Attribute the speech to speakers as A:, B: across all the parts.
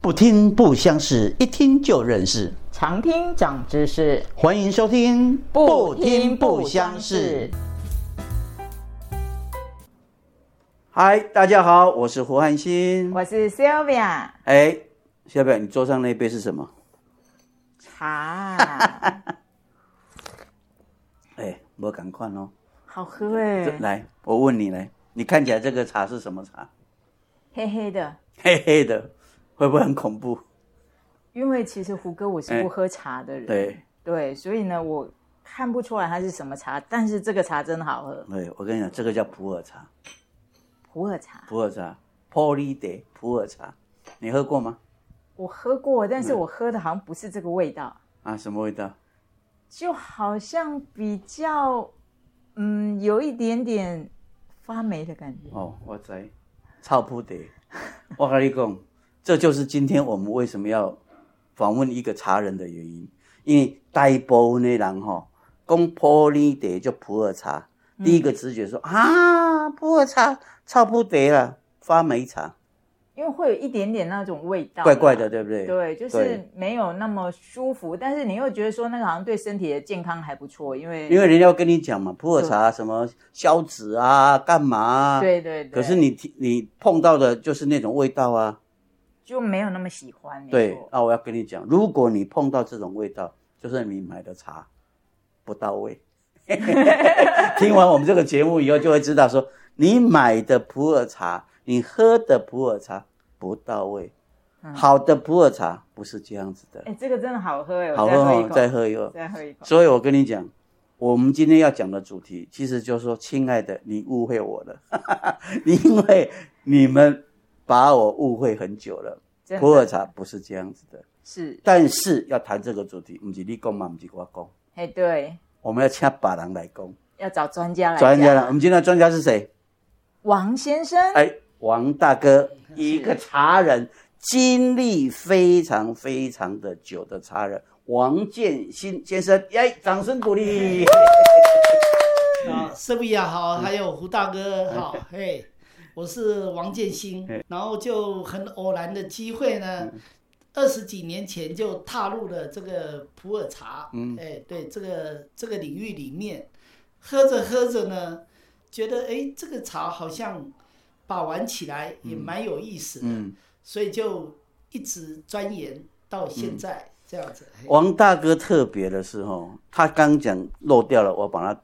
A: 不听不相识，一听就认识。
B: 常听长知识，
A: 欢迎收听《不听不相识》。嗨，大家好，我是胡汉新。
B: 我是 Sylvia
A: 哎，小表，你桌上那杯是什么？
B: 茶，
A: 哎，我赶快哦。
B: 好喝哎、
A: 这来，我问你来，你看起来这个茶是什么茶？
B: 黑黑的。
A: 黑黑的，会不会很恐怖？
B: 因为其实胡歌我是
A: 哎
B: 不喝茶的人，
A: 对，
B: 对所以呢，我看不出来它是什么茶，但是这个茶真好喝，
A: 对，我跟你讲，这个叫普洱茶，
B: 普洱茶。
A: 普洱茶 p o l y d a y 普洱茶，你喝过吗？
B: 我喝过，但
A: 嗯
B: 是我喝的好像不是这个味道，
A: 啊，什么味道？
B: 就好像比较，嗯，有一点点发霉的感觉。
A: 哦，我知，臭不得。我跟你讲，这就是今天我们为什么要访问一个茶人的原因，因为大部分的人吼、讲普洱茶就普洱茶，
B: 嗯
A: 第一个直觉说、啊，普洱茶臭不得了，发霉茶，
B: 因为会有一点点那种味道，
A: 怪怪的，。对不对？
B: 对，就是没有那么舒服，但是你又觉得说那个好像对身体的健康还不错，因为
A: 因为人家要跟你讲嘛，普洱茶什么消脂啊，干嘛、啊？。
B: 对对对，
A: 可是你提你碰到的就是那种味道啊，
B: 就没有那么喜欢。没
A: 对
B: 错
A: 啊，我要跟你讲，如果你碰到这种味道，就是你买的茶不到位。 听完我们这个节目以后，就会知道说，你买的普洱茶，你喝的普洱茶不到位。
B: 嗯
A: 好的普洱茶不是这样子的，
B: 哎，这个真的好喝哎，我
A: 好喝
B: 再喝一
A: 哦
B: 口，，
A: 再喝一口。
B: 再喝一口。
A: 所以我跟你讲，我们今天要讲的主题，其实就是说，亲爱的，你误会我了， 因为你们把我误会很久了。
B: 真的
A: 普洱茶不是这样子的。
B: 是，
A: 但是要谈这个主题，不是你讲嘛，不是我讲，
B: 哎，对，
A: 我们要请别人来讲。
B: 要找专家来。
A: 专家呢？我，们今天的专家是谁？
B: 王先生，
A: 哎，王大哥，一个茶人，经历非常非常的久的茶人，王建新先生，哎，掌声鼓励。嗯
C: 啊，s y 亚好，还有胡大哥好，嘿，我是王建新，
A: 嗯
C: 然后就很偶然的机会呢，二十几年前就踏入了这个普洱茶，
A: 嗯
C: 哎，对这个这个领域里面，喝着喝着呢，觉得哎这个茶好像把玩起来也蛮有意思的，
A: 嗯，
C: 所以就一直钻研到
A: 嗯
C: 现在、这样子。嘿
A: 王大哥特别的是哦，他刚讲漏掉了，我把它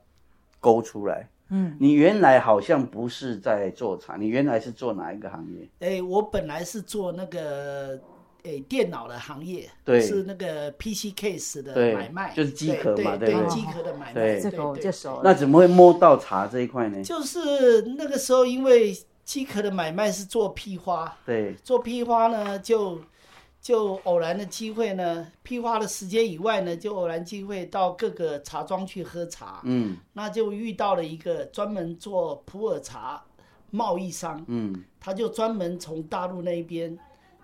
A: 勾出来。
B: 嗯，
A: 你原来好像不是在做茶，你原来是做哪一个行业？
C: 哎、我本来是做那个哎、电脑的行业，
A: 对
C: 是那个 PC case
A: 对
C: 的买卖，
A: 就是机壳嘛
C: 对
A: 对
B: 不对
C: 机壳的买卖，
A: 对
B: 这个我就熟
A: 那
B: 了。
A: 怎么会摸到茶这一块呢？
C: 就是那个时候，因为机壳的买卖是做批发，
A: 对，
C: 做批发呢就。就偶然的机会呢，批发的时间以外呢，就偶然机会到各个茶庄去喝茶，
A: 嗯
C: 那就遇到了一个专门做普洱茶贸易商，
A: 嗯。
C: 他就专门从大陆那边，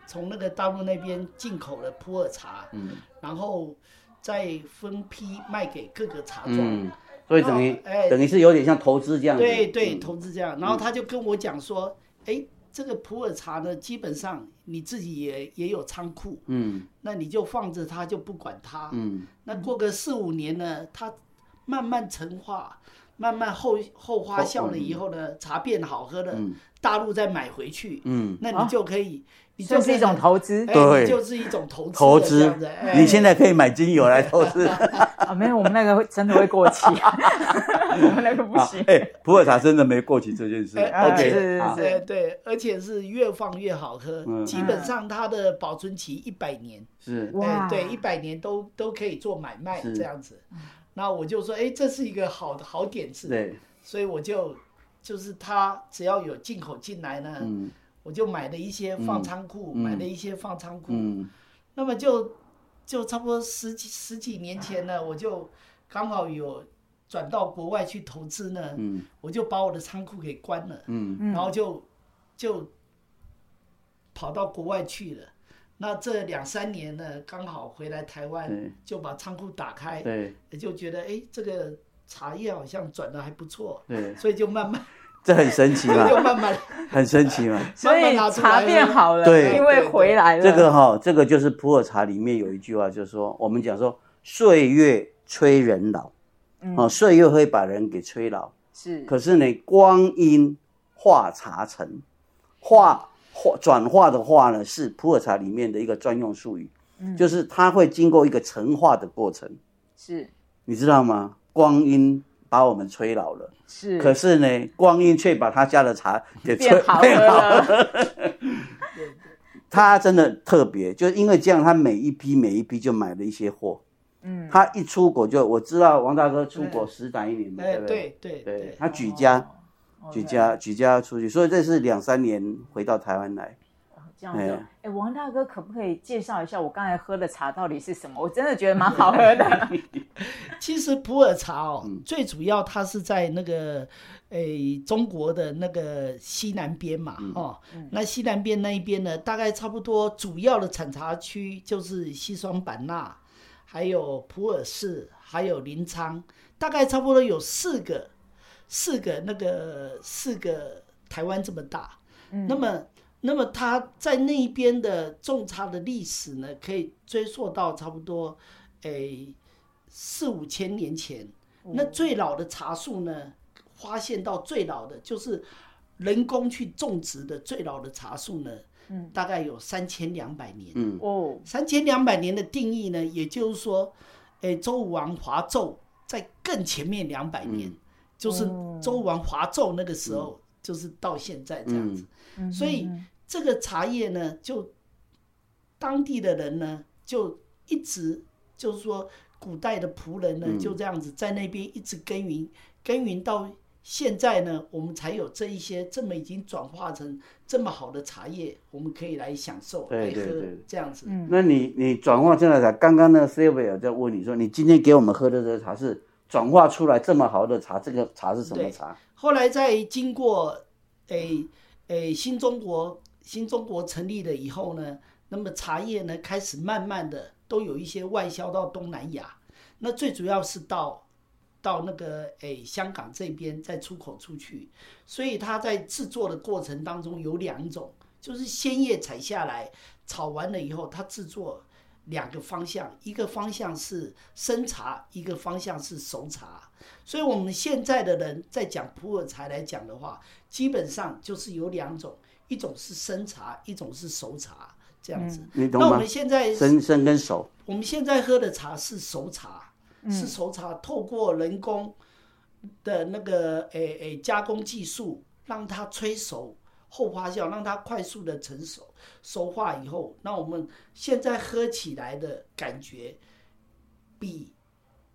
C: 从那个大陆那边进口了普洱茶，
A: 嗯
C: 然后再分批卖给各个茶庄。
A: 嗯，所以等于、
C: 哦哎
A: 等于是有点像投资这样子。
C: 对对，
A: 嗯
C: 投资这样。然后他就跟我讲说，哎、这个普洱茶呢，基本上你自己也也有仓库，
A: 嗯
C: 那你就放着它，就不管它。
A: 嗯
C: 那过个四五年呢，它慢慢陈化，慢慢后后花效了以后呢，茶变好喝了，
A: 嗯
C: 大陆再买回去，
A: 嗯，
C: 那
B: 哦
C: 你就可以，你就
B: 这
C: 可
B: 是
C: 以
B: 一种投资
C: 哎
A: 对
C: 你就是一种投资的
A: 投
C: 这
A: 资
C: 样子哎、，
A: 你现在可以买精油来投资。
B: 啊，没有，我们那个会真的会过 期，我们那个不
A: 啊
B: 行。
A: 哎，普洱茶真的没过期这件事。
C: 哎
A: OK，
B: 是
A: 啊
B: 是
C: 对对，而且是越放越好喝，
A: 嗯
C: 基本上它的保存期一百年，
A: 是
B: 哇
C: 哎，对，一百年都都可以做买卖
A: 是
C: 这样子。那我就说，哎，这是一个好的好点
A: 是，
C: 子，
A: 对，
C: 所以我就就是它只要有进口进来呢，
A: 嗯
C: 我就买了一些放仓库，
A: 嗯
C: 买了一些放仓库，
A: 嗯
C: 那么就就差不多十几十几年前呢，我就刚好有转到国外去投资呢，
A: 嗯
C: 我就把我的仓库给关了，
A: 嗯
C: 然后就就跑到国外去了。那这两三年呢，刚好回来台
A: 对
C: 湾，就把仓库打开，
A: 对
C: 就觉得哎，这个茶叶好像转的还不错，
A: 对。
C: 所以就慢慢
A: 这很神奇嘛，
C: 又慢慢
A: 很神奇嘛。
B: 所以
C: 慢慢拿出来
B: 茶变好了，
A: 对
B: 因为回来了。
A: 这个哈、这个就是普洱茶里面有一句话，就是说我们讲说岁月催人老，
B: 嗯
A: 哦，岁月会把人给催老。
B: 是
A: 可是呢，光阴化茶成，化化转化的话呢，是普洱茶里面的一个专用术语，
B: 嗯
A: 就是它会经过一个陈化的过程，
B: 是
A: 你知道吗？光阴把我们催老了，
B: 是，
A: 可是呢，光阴却把他家的茶给催
B: 变好
A: 变好
B: 了。
A: 他真的特别，就是因为这样，他每一批每一批就买了一些货。
B: 嗯，
A: 他一出国就，我知道王大哥出国
C: 对
A: 施展一年嘛，
C: 哎
A: 对，不对？
C: 对对
A: 对
C: 对，，
A: 他举家
B: 哦
A: 举家举家出去，所以这是两三年回到台湾来。
B: 这样子哦
A: 哎。
B: 哎，王大哥，可不可以介绍一下我刚才喝的茶到底是什么？我真的觉得蛮好喝的。
C: 其实普洱茶哦，
A: 嗯
C: 最主要它是在那个诶、中国的那个西南边嘛，哦，那西南边那一边呢，大概差不多主要的产茶区就是西双版纳，还有普洱市，还有临沧，大概差不多有四个四个那个四个台湾这么大。
B: 嗯
C: 那么，那么他在那一边的种茶的历史呢，可以追溯到差不多诶四五千年前。
B: 嗯
C: 那最老的茶树呢，发现到最老的就是人工去种植的最老的茶树呢，
B: 嗯
C: 大概有三千两百年。
A: 嗯
B: 哦，
C: 三千两百年的定义呢，也就是说，诶，周武王伐纣在更前面两百年，
A: 嗯
C: 就是
B: 哦
C: 周武王伐纣那个时候，就是到现在这样子。
A: 嗯
B: 嗯
C: 所以
B: 嗯
C: 这个茶叶呢，就当地的人呢，就一直就是说，古代的仆人呢，
A: 嗯
C: 就这样子在那边一直耕耘，耕耘到现在呢，我们才有这一些这么已经转化成这么好的茶叶，我们可以来享受、
A: 对对
C: 来喝
A: 对
C: 这样子。
B: 嗯
A: 那你你转化这样的茶，刚刚那个 Sylvia 在问你说，你今天给我们喝的这个茶是转化出来这么好的茶，这个茶是什么
C: 对
A: 茶？
C: 后来在经过诶诶新中国新中国成立了以后呢，那么茶叶呢开始慢慢的都有一些外销到东南亚，那最主要是到到那个诶香港这边再出口出去，所以它在制作的过程当中有两种，就是鲜叶采下来炒完了以后，它制作。两个方向，一个方向是生茶，一个方向是熟茶。所以我们现在的人在讲普洱茶来讲的话，基本上就是有两种，一种是生茶，一种是熟茶这样
B: 嗯
C: 子。
A: 你嗯懂
C: 那我
A: 吗
C: 们？现在
A: 生生跟熟，
C: 我们现在喝的茶是熟茶，
B: 嗯
C: 是熟茶，透过人工的那个诶诶加工技术，让它催熟后发酵，让它快速的成熟，熟化以后，那我们现在喝起来的感觉比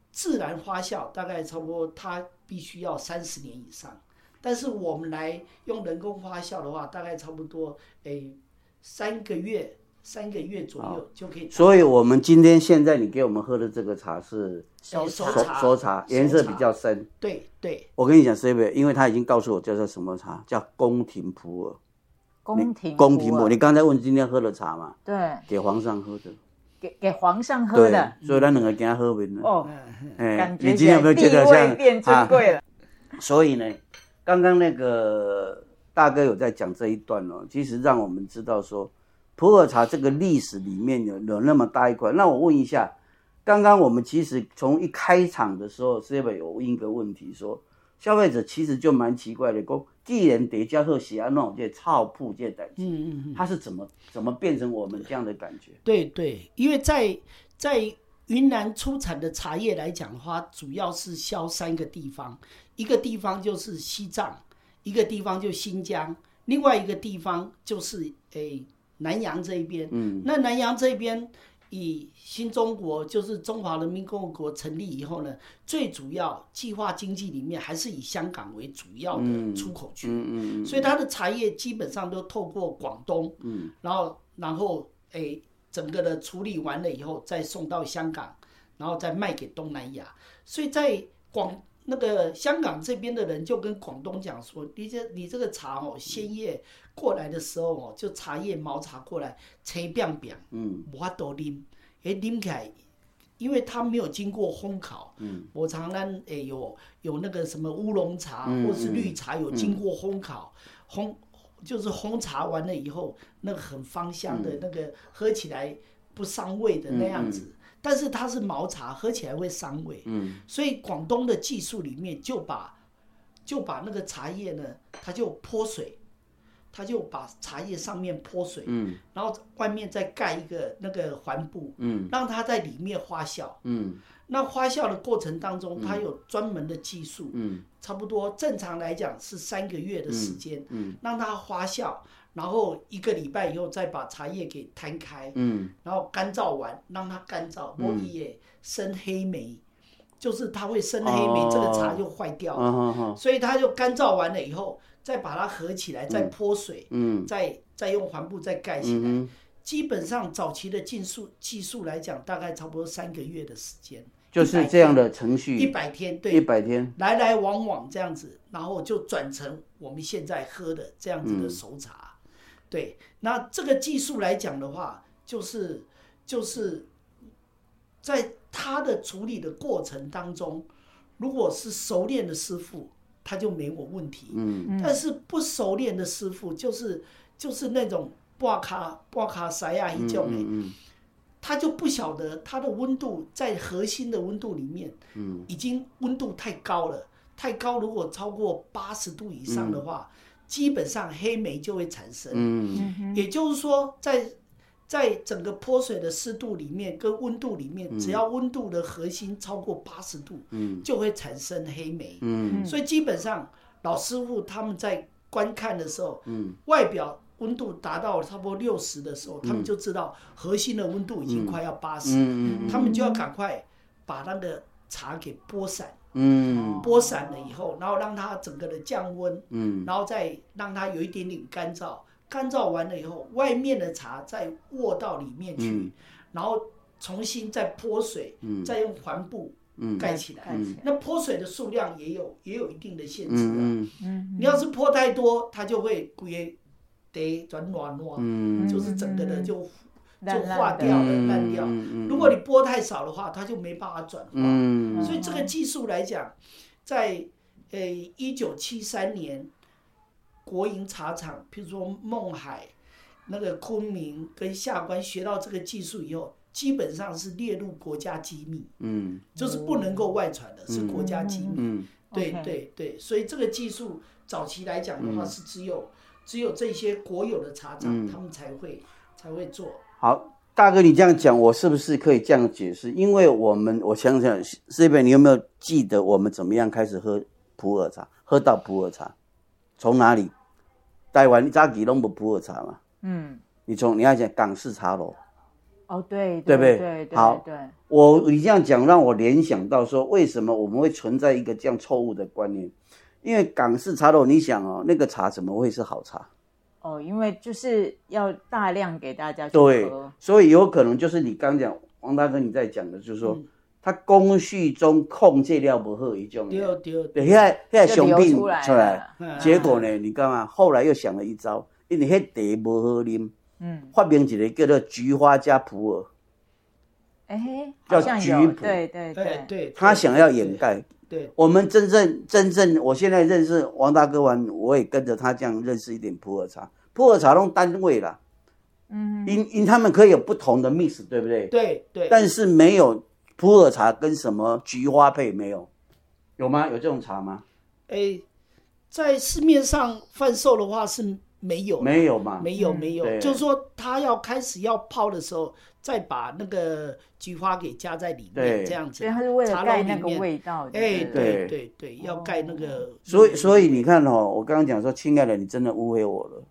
C: 自然发酵大概差不多，它必须要三十年以上。但是我们来用人工发酵的话，大概差不多诶三个月，三个月左右就可以
A: 所以我们今天现在你给我们喝的这个茶是
B: 熟
C: 熟
B: 茶
A: 熟
C: 茶
A: 熟茶，颜色比较深。
C: 对对，
A: 我跟你讲 s i b 因为他已经告诉我叫做什么茶，叫宫廷普洱。
B: 宫廷
A: 宫廷普洱，
B: 洱
A: 你刚才问今天喝的茶嘛，
B: 对
A: 给皇上喝的。
B: 给给皇上喝的
A: 对，所以咱两个给他喝完了。
B: 哦，
A: 哎
B: 感
A: 你
B: 觉
A: 今
B: 起
A: 天有
B: 来
A: 没有觉
B: 地
A: 得
B: 位变
A: 像啊
B: 尊？ 贵了。
A: 所以呢，刚刚那个大哥有在讲这一段哦，其实让我们知道说，普洱茶这个历史里面有有那么大一块。那我问一下，刚刚我们其实从一开场的时候 s i b 有问一个问题说，消费者其实就蛮奇怪的，讲既然叠加后喜欢啊那种这草铺这代志，
C: 嗯嗯嗯，
A: 它是怎么怎么变成我们这样的感觉？
C: 对对，因为在在云南出产的茶叶来讲的话，主要是销三个地方，一个地方就是西藏，一个地方就新疆，另外一个地方就是诶南洋这一边。
A: 嗯，
C: 那南洋这边以新中国就是中华人民共和国成立以后呢，最主要计划经济里面还是以香港为主要的出口区。
A: 嗯嗯嗯，
C: 所以它的茶叶基本上都透过广东，
A: 嗯，
C: 然后然后诶，整个的处理完了以后，再送到香港，然后再卖给东南亚。所以在广那个香港这边的人就跟广东讲说，你这你这个茶哦，鲜叶过来的时候哦，就茶叶毛茶过来，吹扁扁，
A: 嗯，
C: 无法度啉，诶，啉起来因为它没有经过烘烤，嗯，我常常诶有有那个什么乌龙茶
A: 嗯
C: 或是绿茶有经过烘烤，烘就是烘茶完了以后，那个很芳香的那个喝起来不伤胃的那样子，但是它是毛茶，喝起来会伤胃，
A: 嗯，
C: 所以广东的技术里面就把就把那个茶叶呢，它就泼水，它就把茶叶上面泼水，
A: 嗯，
C: 然后外面再盖一个那个环布，
A: 嗯，
C: 让它在里面发酵。
A: 嗯
C: 那发酵的过程当中，它有专门的技术，
A: 嗯
C: 差不多正常来讲是三个月的时间，
A: 嗯
C: 让它发酵，然后一个礼拜以后再把茶叶给摊开，
A: 嗯
C: 然后干燥完，让它干燥，
A: 嗯
C: 莫一也生黑霉，就是它会生黑霉，
A: 哦
C: 这个茶就坏掉了，
A: 啊哈
C: 所以它就干燥完了以后，再把它合起来，再泼水，
A: 嗯
C: 再再用环布再盖起来。
A: 嗯哼，
C: 基本上早期的技术技术来讲，大概差不多三个月的时间，
A: 就是这样
C: 的，
A: 的程
C: 一
A: 序，
C: 百天，
A: 嗯一
C: 对，
A: 百天，
C: 来来往往这样子，然后就转成我们现在喝的这样子的熟茶。
A: 嗯
C: 对，那这个技术来讲的话，就是就是在它的处理的过程当中，如果是熟练的师傅，他就没有问题。
A: 嗯
B: 嗯
C: 但是不熟练的师傅，就是就是那种挂卡挂卡塞亚一
A: 嗯
C: 种的，
A: 嗯
C: 他就不晓得它的温度在核心的温度里面，
A: 嗯，
C: 已经温度太高了，太高如果超过八十度以上的话，基本上黑霉就会产生。
A: 嗯
C: 也就是说在，在整个泼水的湿度里面跟温度里面，只要温度的核心超过八十度，
A: 嗯
C: 就会产生黑霉。
A: 嗯
C: 所以基本上老师傅他们在观看的时候，
A: 嗯，
C: 外表温度达到差不多六十的时候，他们就知道核心的温度已经快要八十、
A: 嗯
C: 他们就要赶快把那个茶给拨散，
A: 嗯
C: 拨散了以后，然后让它整个的降温，
A: 嗯
C: 然后再让它有一点点干燥，干燥完了以后，外面的茶再握到里面去，
A: 嗯
C: 然后重新再泼水，
A: 嗯
C: 再用环布
A: 嗯
C: 盖起来。
B: 盖起来
C: 那泼水的数量也有也有一定的限制啊。
A: 嗯
B: 嗯，
C: 你要是泼太多，它就会规得转软软，
A: 嗯，
C: 就是整个的就
B: 烂
C: 就
B: 嗯烂
C: 化
B: 的
C: 掉了，烂掉。
A: 嗯
C: 如果你泼太少的话，它就没办法转化。
A: 嗯
C: 所以这个技术来讲，在呃一九七三年，国营茶厂，譬如说勐海、那个昆明跟下关学到这个技术以后，基本上是列入国家机密，
A: 嗯
C: 就是不能够外传的，是国家机密。
A: 哦嗯
C: 对
B: OK
C: 对对，所以这个技术早期来讲的话，是只有、只有这些国有的茶厂、
A: 嗯
C: 他们才会才会做。
A: 好。大哥，你这样讲，我是不是可以这样解释？因为我们，我想想，这边你有没有记得我们怎么样开始喝普洱茶？喝到普洱茶，从哪里？台湾早起拢无普洱茶嘛？
B: 嗯，
A: 你从你要讲港式茶楼，
B: 哦对
A: 对不对
B: 对对
A: 好
B: 对，
A: 我你这样讲让我联想到说，为什么我们会存在一个这样错误的观念？因为港式茶楼，你想哦，那个茶怎么会是好茶？
B: 哦，因为就是要大量给大家去
A: 对
B: 喝，，
A: 所以有可能就是你刚讲王大哥你在讲的，就是说、他工序中控制了不好一种的，
C: 对对
A: 对，现在现在
B: 就
A: 熊
B: 流
A: 病
B: 出
A: 出
B: 来
A: 来，
B: 了，
C: 嗯
A: 结果呢，你干嘛？后来又想了一招，因为迄茶不好啉，
B: 嗯，
A: 发明一个叫做菊花加普洱，
B: 哎，
A: 叫
B: 好像
A: 菊
B: 有，
A: 普
B: 对对
C: 哎
B: 对，
C: 对，
A: 他想要掩盖。
C: 对
A: 我们真正真正，我现在认识王大哥完，我也跟着他这样认识一点普洱茶。普洱茶弄单位啦，
B: 嗯，
A: 因因他们可以有不同的 mix，对不对？
C: 对对对，
A: 但是没有普洱茶跟什么菊花配没有，有吗？有这种茶吗？
C: 哎，在市面上贩售的话是没有的
A: 没有嘛。
C: 没有
B: 嗯
C: 没有，
A: 对
C: 就是说他要开始要泡的时候，再把那个菊花给加在里面，
A: 对
C: 这样子
B: 所以。它是为了
C: 茶楼
B: 盖
C: 里
B: 那个
C: 面
B: 味道的，
C: 哎，
B: 不
C: 对
A: 对
C: 对对，要盖那个。
A: 所以所以你看哦，我刚刚讲说，亲爱的，你真的误会我了，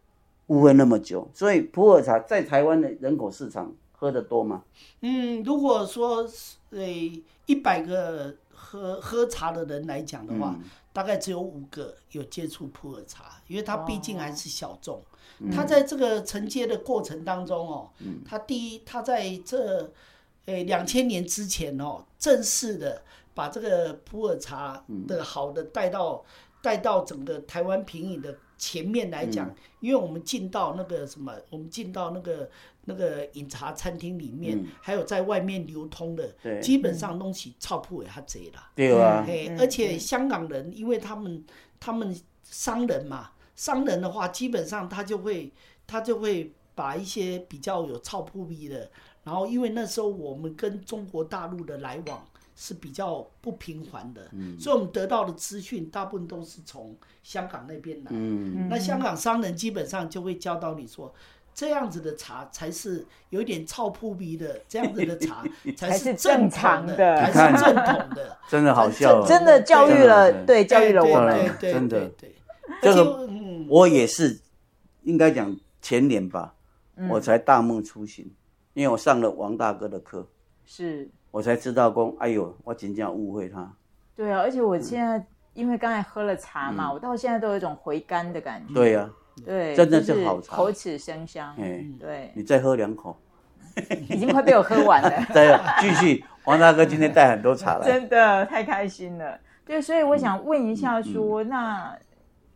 A: 误会那么久。所以普洱茶在台湾的人口市场喝得多吗？
C: 嗯，如果说是诶一百个喝喝茶的人来讲的
A: 嗯
C: 话，大概只有五个有接触普洱茶，因为它毕竟还是小众。它在这个承接的过程当中哦，它第一，它在这诶两千年之前哦，正式的把这个普洱茶的好的带到带到整个台湾平饮的前面来讲，因为我们进到那个什么，我们进到那个那个饮茶餐厅里面，还有在外面流通的，
A: 对
C: 基本上东西超铺也较贼啦。
A: 对啊，
C: 嘿
B: 嗯，
C: 而且香港人，因为他们他们商人嘛，商人的话，基本上他就会他就会把一些比较有操扑逼的，然后因为那时候我们跟中国大陆的来往是比较不频繁的，
A: 嗯
C: 所以我们得到的资讯大部分都是从香港那边来。
A: 嗯，
C: 那香港商人基本上就会教导你说，这样子的茶才是有一点臭扑鼻的，这样子的茶 才
B: 才是
C: 正
B: 正
C: 常
B: 常
C: 的，
B: 的
C: 才 是正统的。
A: 真的好笑哦。
B: 真的教育了
A: 真的，
B: 对，教育了我们。
C: 对对对
A: 真的
C: 对对，
A: 这个
C: 而且嗯，
A: 我也是，应该讲前年吧，
B: 嗯
A: 我才大梦初醒，因为我上了王大哥的课，
B: 是，
A: 我才知道公，哎呦，我真正误会他。
B: 对啊，而且我现在因为刚才喝了茶嘛，我到现在都有一种回甘的感觉。
A: 嗯对啊呀、
B: 对，
A: 真的
B: 就是
A: 好茶
B: 口齿生香。
A: 哎，
B: 对，
A: 你再喝两口，
B: 已经快被我喝完了。
A: 再继续。王大哥今天带很多茶来，
B: 真的太开心了。对，所以我
C: 嗯
B: 想问一下说，那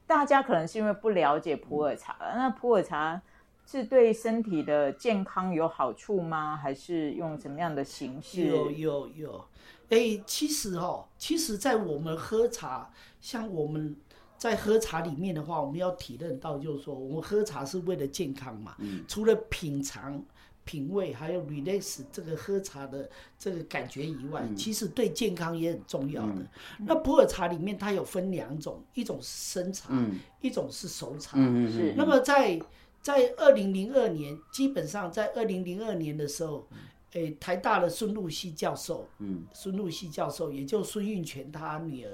B: 大家可能是因为不了解普洱茶，那普洱茶是对身体的健康有好处吗？还是用什么样的形式？
C: 有有有，哎、其实哦，其实，在我们喝茶，像我们在喝茶里面的话，我们要体认到，就是说，我们喝茶是为了健康嘛，
A: 嗯
C: 除了品尝。品味还有 relax 这个喝茶的这个感觉以
A: 嗯
C: 外，其实对健康也很重要的。那普洱茶里面它有分两种，一种是生茶，
A: 嗯
C: 一种是熟茶。
A: 嗯嗯
B: 是
C: 那么在在二零零二年，基本上在二零零二年的时候，诶、台大的孙露西教授，
A: 嗯，
C: 孙露西教授，也就孙运全他女儿，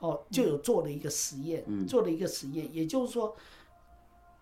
C: 哦，
A: 嗯
C: 就有做了一个实验，做了一个实验，也就是说，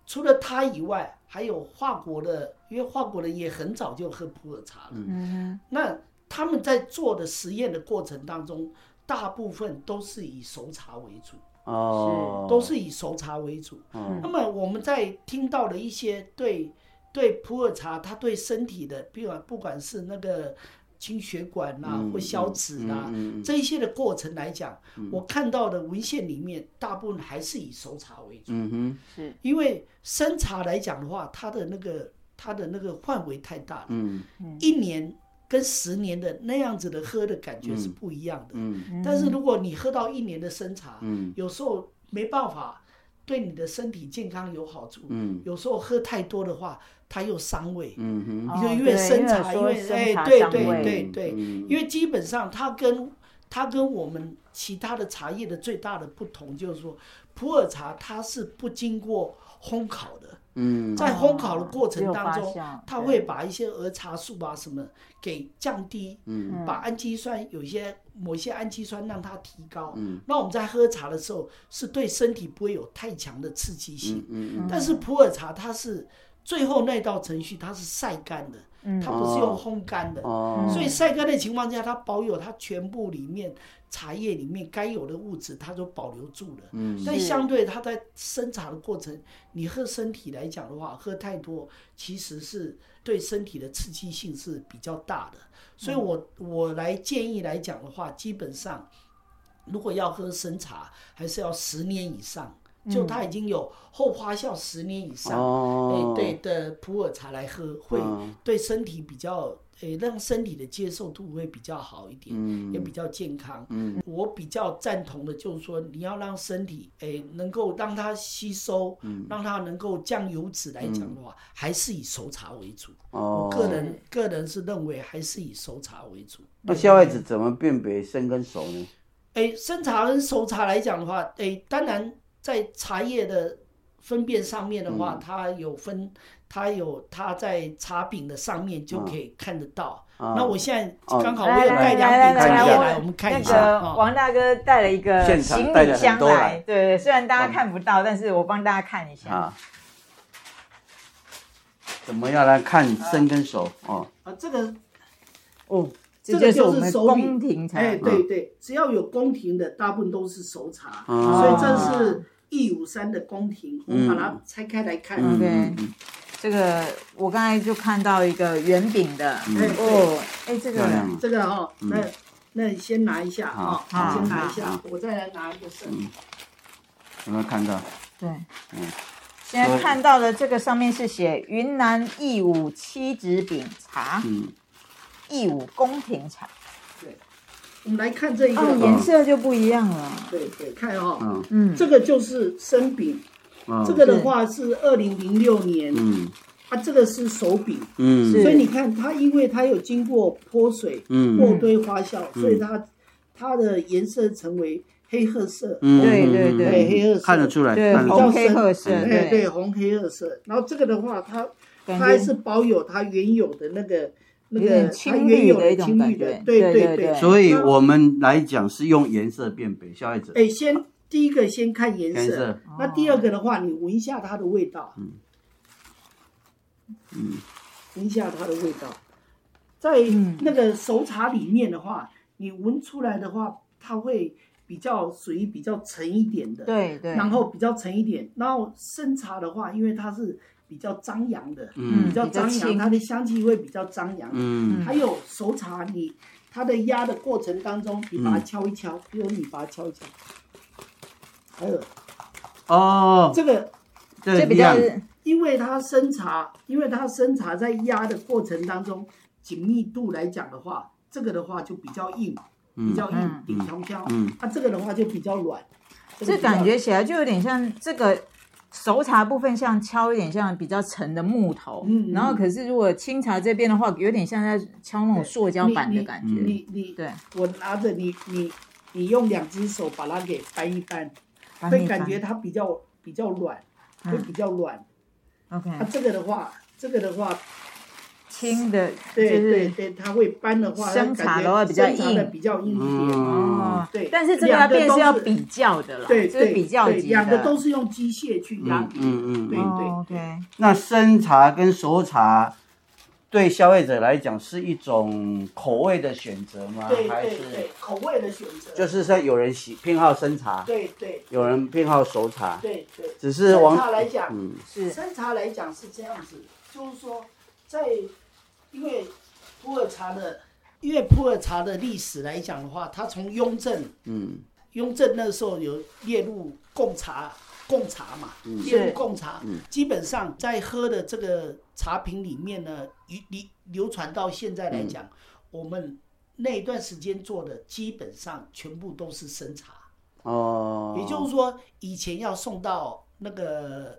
C: 除了他以外，还有法国的，因为法国人也很早就喝普洱茶了，
B: 嗯
C: 那他们在做的实验的过程当中，大部分都是以熟茶为主。
A: 哦，
C: 都是以熟茶为主。
A: 嗯
C: 那么我们在听到了一些对对普洱茶，它对身体的，不管不管是那个清血管啦、
A: 嗯
C: 或消脂啦、
A: 嗯嗯嗯嗯
C: 这一些的过程来讲，我看到的文献里面，大部分还是以熟茶为主，
A: 嗯哼，
B: 是
C: 因为生茶来讲的话，它的那个它的那个范围太大了，
A: 嗯
C: 一年跟十年的那样子的喝的感觉是不一样的。
A: 嗯
C: 但是如果你喝到一年的生茶，
A: 嗯
C: 有时候没办法对你的身体健康有好处，
A: 嗯
C: 有时候喝太多的话，它又伤胃。
A: 嗯哼，
C: 你就因为生茶，因
B: 哦对
C: 为哎，
B: 因为有说生
C: 对
B: 茶伤
C: 对
B: 胃
C: 对对，
A: 嗯
C: 因为基本上它跟它跟我们其他的茶叶的最大的不同就是说，普洱茶它是不经过烘烤的，
A: 嗯
C: 在烘烤的过程当
B: 哦
C: 中
B: 只有发酵，
C: 它会把一些儿茶素啊什么给降低，
A: 嗯
C: 把氨基酸有一些某些氨基酸让它提高。
A: 嗯
C: 那我们在喝茶的时候，是对身体不会有太强的刺激性。
A: 嗯
C: 但是普洱茶它是最后那道程序，它是晒干的，
B: 嗯
C: 它不是用烘干的。
A: 哦，
C: 所以晒干的情况下，它保有它全部里面茶叶里面该有的物质，它都保留住了。
A: 嗯
C: 但
B: 是
C: 相对它在生茶的过程，你喝身体来讲的话，喝太多其实是对身体的刺激性是比较大的。
A: 嗯
C: 所以我我来建议来讲的话，基本上如果要喝生茶，还是要十年以上，就它已经有后发酵十年以上，
A: 嗯哦
C: 哎，对的普洱茶来喝，会
A: 嗯
C: 对身体比较，哎，让身体的接受度会比较好一点，也比较健康。嗯，我比较赞同的就是说，你要让身体，哎，能够让它吸收，让它能够降油脂来讲的话，还是以熟茶为主。
A: 哦
C: 我个人个人是认为还是以熟茶为主。
A: 那小孩子怎么辨别生跟熟呢？
C: 哎，生茶跟熟茶来讲的话，哎，当然在茶叶的分辨上面的话，它有分，它有它在茶饼的上面就可以看得到。
A: 啊
C: 那我现在
A: 哦
C: 刚好我
B: 来
C: 有
B: 来
C: 带两
B: 来
C: 饼茶
A: 看一
B: 来
C: 叶
A: 下
C: 来，我们看一下
B: 那
C: 啊。
B: 个
C: 哦
B: 王大哥带了一个
A: 现场
B: 行
A: 带了
B: 李
A: 很
B: 箱
A: 多啊来
B: 来，对，虽然
C: 嗯
B: 大家看不到，但是我帮大家看一下。
A: 啊，怎么样来看生跟熟？哦，
C: 啊，这个
B: 哦，
C: 这
B: 这
C: 个
B: 就
C: 就是是
B: 我们
C: 手
B: 宫
C: 柄
B: 廷茶，
C: 哎，
A: 嗯
C: 对对，只要有宫廷的，大部分都是熟茶，
A: 哦
C: 所以这是一五三的宫廷，
A: 嗯
C: 我们把它拆开来看。
B: OK，、这个我刚才就看到一个圆饼的，哦，哎，这
A: 漂
B: 个
A: 亮啊！
C: 这个哦，那那你先拿一下
A: 好
C: 啊，
B: 好
C: 先拿一下
A: 好，嗯
C: 我再来拿一个剩。
A: 有没有看到？
B: 对，现在看到的这个上面是写云南义乌七子饼茶，
A: 嗯，
B: 义乌宫廷茶，
C: 我们来看这一个，
B: 哦，颜色就不一样了。
C: 对对，看哈、
A: 嗯
B: 嗯，
C: 这个就是生饼，
A: 嗯，
C: 这个的话是二零零六年，
A: 嗯
C: 它这个是手饼，
A: 嗯
B: 是
C: 所以你看它，因为它有经过泼水、
A: 嗯
C: 过堆发酵，所以它它的颜色成为黑褐色，
A: 嗯，
B: 对对对
A: 嗯
C: 黑褐色
A: 看得出来，
B: 对
A: 看得出
B: 红
A: 来，
B: 黑褐色，
A: 嗯
C: 哎
B: 对
C: 对，，红黑褐色。然后这个的话，它它
B: 感
C: 还
B: 觉
C: 是保有它原有的那个那
B: 有
C: 个
B: 点
C: 它
B: 青
C: 原
B: 绿
C: 有
B: 的一种
C: 青
B: 感
C: 绿的
B: 觉，，
C: 对
B: 对
C: 对
B: 对
A: 所以我们来讲是用颜色辨别消费者，
C: 哎，先第一个先看颜
A: 颜
C: 色
A: 色，
C: 那第
B: 哦
C: 二个的话，你闻一下它的味道，嗯，闻一下它的味道，在
B: 嗯
C: 那个熟茶里面的话，你闻出来的话，它会比较属于比较沉一点的，，
B: 对对，
C: 然后比较沉一点，然后生茶的话，因为它是比较张扬的，
A: 嗯
C: 比较张
B: 比较
C: 扬，
B: 轻
C: 它的香气会比较张扬，
A: 嗯
C: 还有熟茶你。它的压的过程当中，你把它
A: 嗯
C: 敲一敲，比如你把它敲一敲，还有
A: 哦，
C: 这个，
A: 这
B: 这
A: 比
B: 比较
A: 较
B: 是
C: 因为它生茶，因为它生茶在压的过程当中，紧密度来讲的话，这个的话就比较硬，比较硬
B: 嗯，
C: 顶强强。
A: 嗯，
C: 它这个的话就比较软。个
B: 这
C: 比较
B: 感觉起来就有点像这个熟茶部分，像敲一点像比较沉的木头，
C: 嗯嗯
B: 然后可是如果清茶这边的话，有点像在敲那种塑胶板的感
A: 嗯
B: 觉，
C: 你你，
B: 对，
C: 我拿着你你你用两只手把它给翻一翻，
B: 翻嗯
C: 会
B: 一
C: 感
B: 翻
C: 觉它比较比较软，会比较软。
B: OK
C: 它这个的话，这个的话，
B: 轻的，就
C: 对对
B: 是
C: 对，它会翻的话，
B: 生
C: 它
B: 茶的
C: 感觉
B: 话比较
C: 生茶的
B: 硬
C: 比较硬一点。
A: 嗯
B: 哦，
C: 对
B: 但是这个它
C: 两个
B: 变
C: 都
B: 是要
C: 是
B: 比较的啦，
C: 对，
B: 就是
C: 对
B: 比较
C: 对
B: 级
C: 两个
B: 的
C: 都。是用机械去压
A: 嗯嗯
C: 平的。对
A: 嗯，
B: 哦，OK，
A: 那生茶跟熟茶对消费者来讲是一种口味的选择吗？
C: 对
A: 还
C: 对
A: 是
C: 对，口味的选择，
A: 就是说有人喜偏好生茶，
C: 对对
A: 有人偏好熟茶，
C: 对对。
A: 只是
C: 生
A: 王
C: 茶来讲，
A: 嗯
B: 是
C: 生茶来讲是这样子，就是说，在因为普洱茶的，因为普洱茶的历史来讲的话，它从雍正，
A: 嗯
C: 雍正那时候有列入贡茶。贡茶嘛，
A: 嗯
C: 列入贡茶，基本上在喝的这个茶品里面呢，流流流传到现在来
A: 嗯
C: 讲，我们那一段时间做的基本上全部都是生茶。
A: 哦，
C: 也就是说，以前要送到那个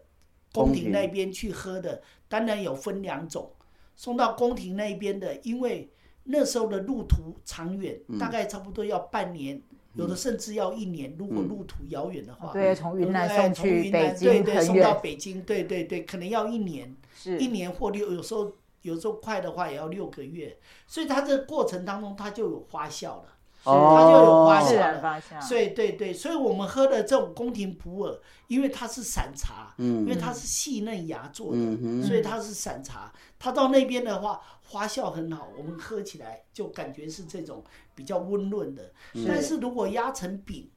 C: 宫廷那边去喝的，当然有分两种，送到宫廷那边的，因为那时候的路途长远，大概差不多要半年，有的甚至要一年，如果路途遥远的话。
B: 对，从云南
C: 哎
B: 送
C: 从
B: 去
C: 云南
B: 北京
C: 对对，
B: 很
C: 送到
B: 远，
C: 北京，对对对，可能要一年。
B: 是
C: 一年或六，有时候有时候快的话也要六个月，所以它这个过程当中它就有发酵了，
A: 哦
C: 它就有发
B: 自
C: 酵
B: 然
C: 了。
B: 啊发酵，
C: 所以对对，所以我们喝的这种宫廷普洱，因为它是散茶，因为它是细嫩芽做的，
A: 嗯哼
C: 所以它是散茶。它到那边的话，发酵很好，我们喝起来就感觉是这种比较温润的。但是如果压成饼，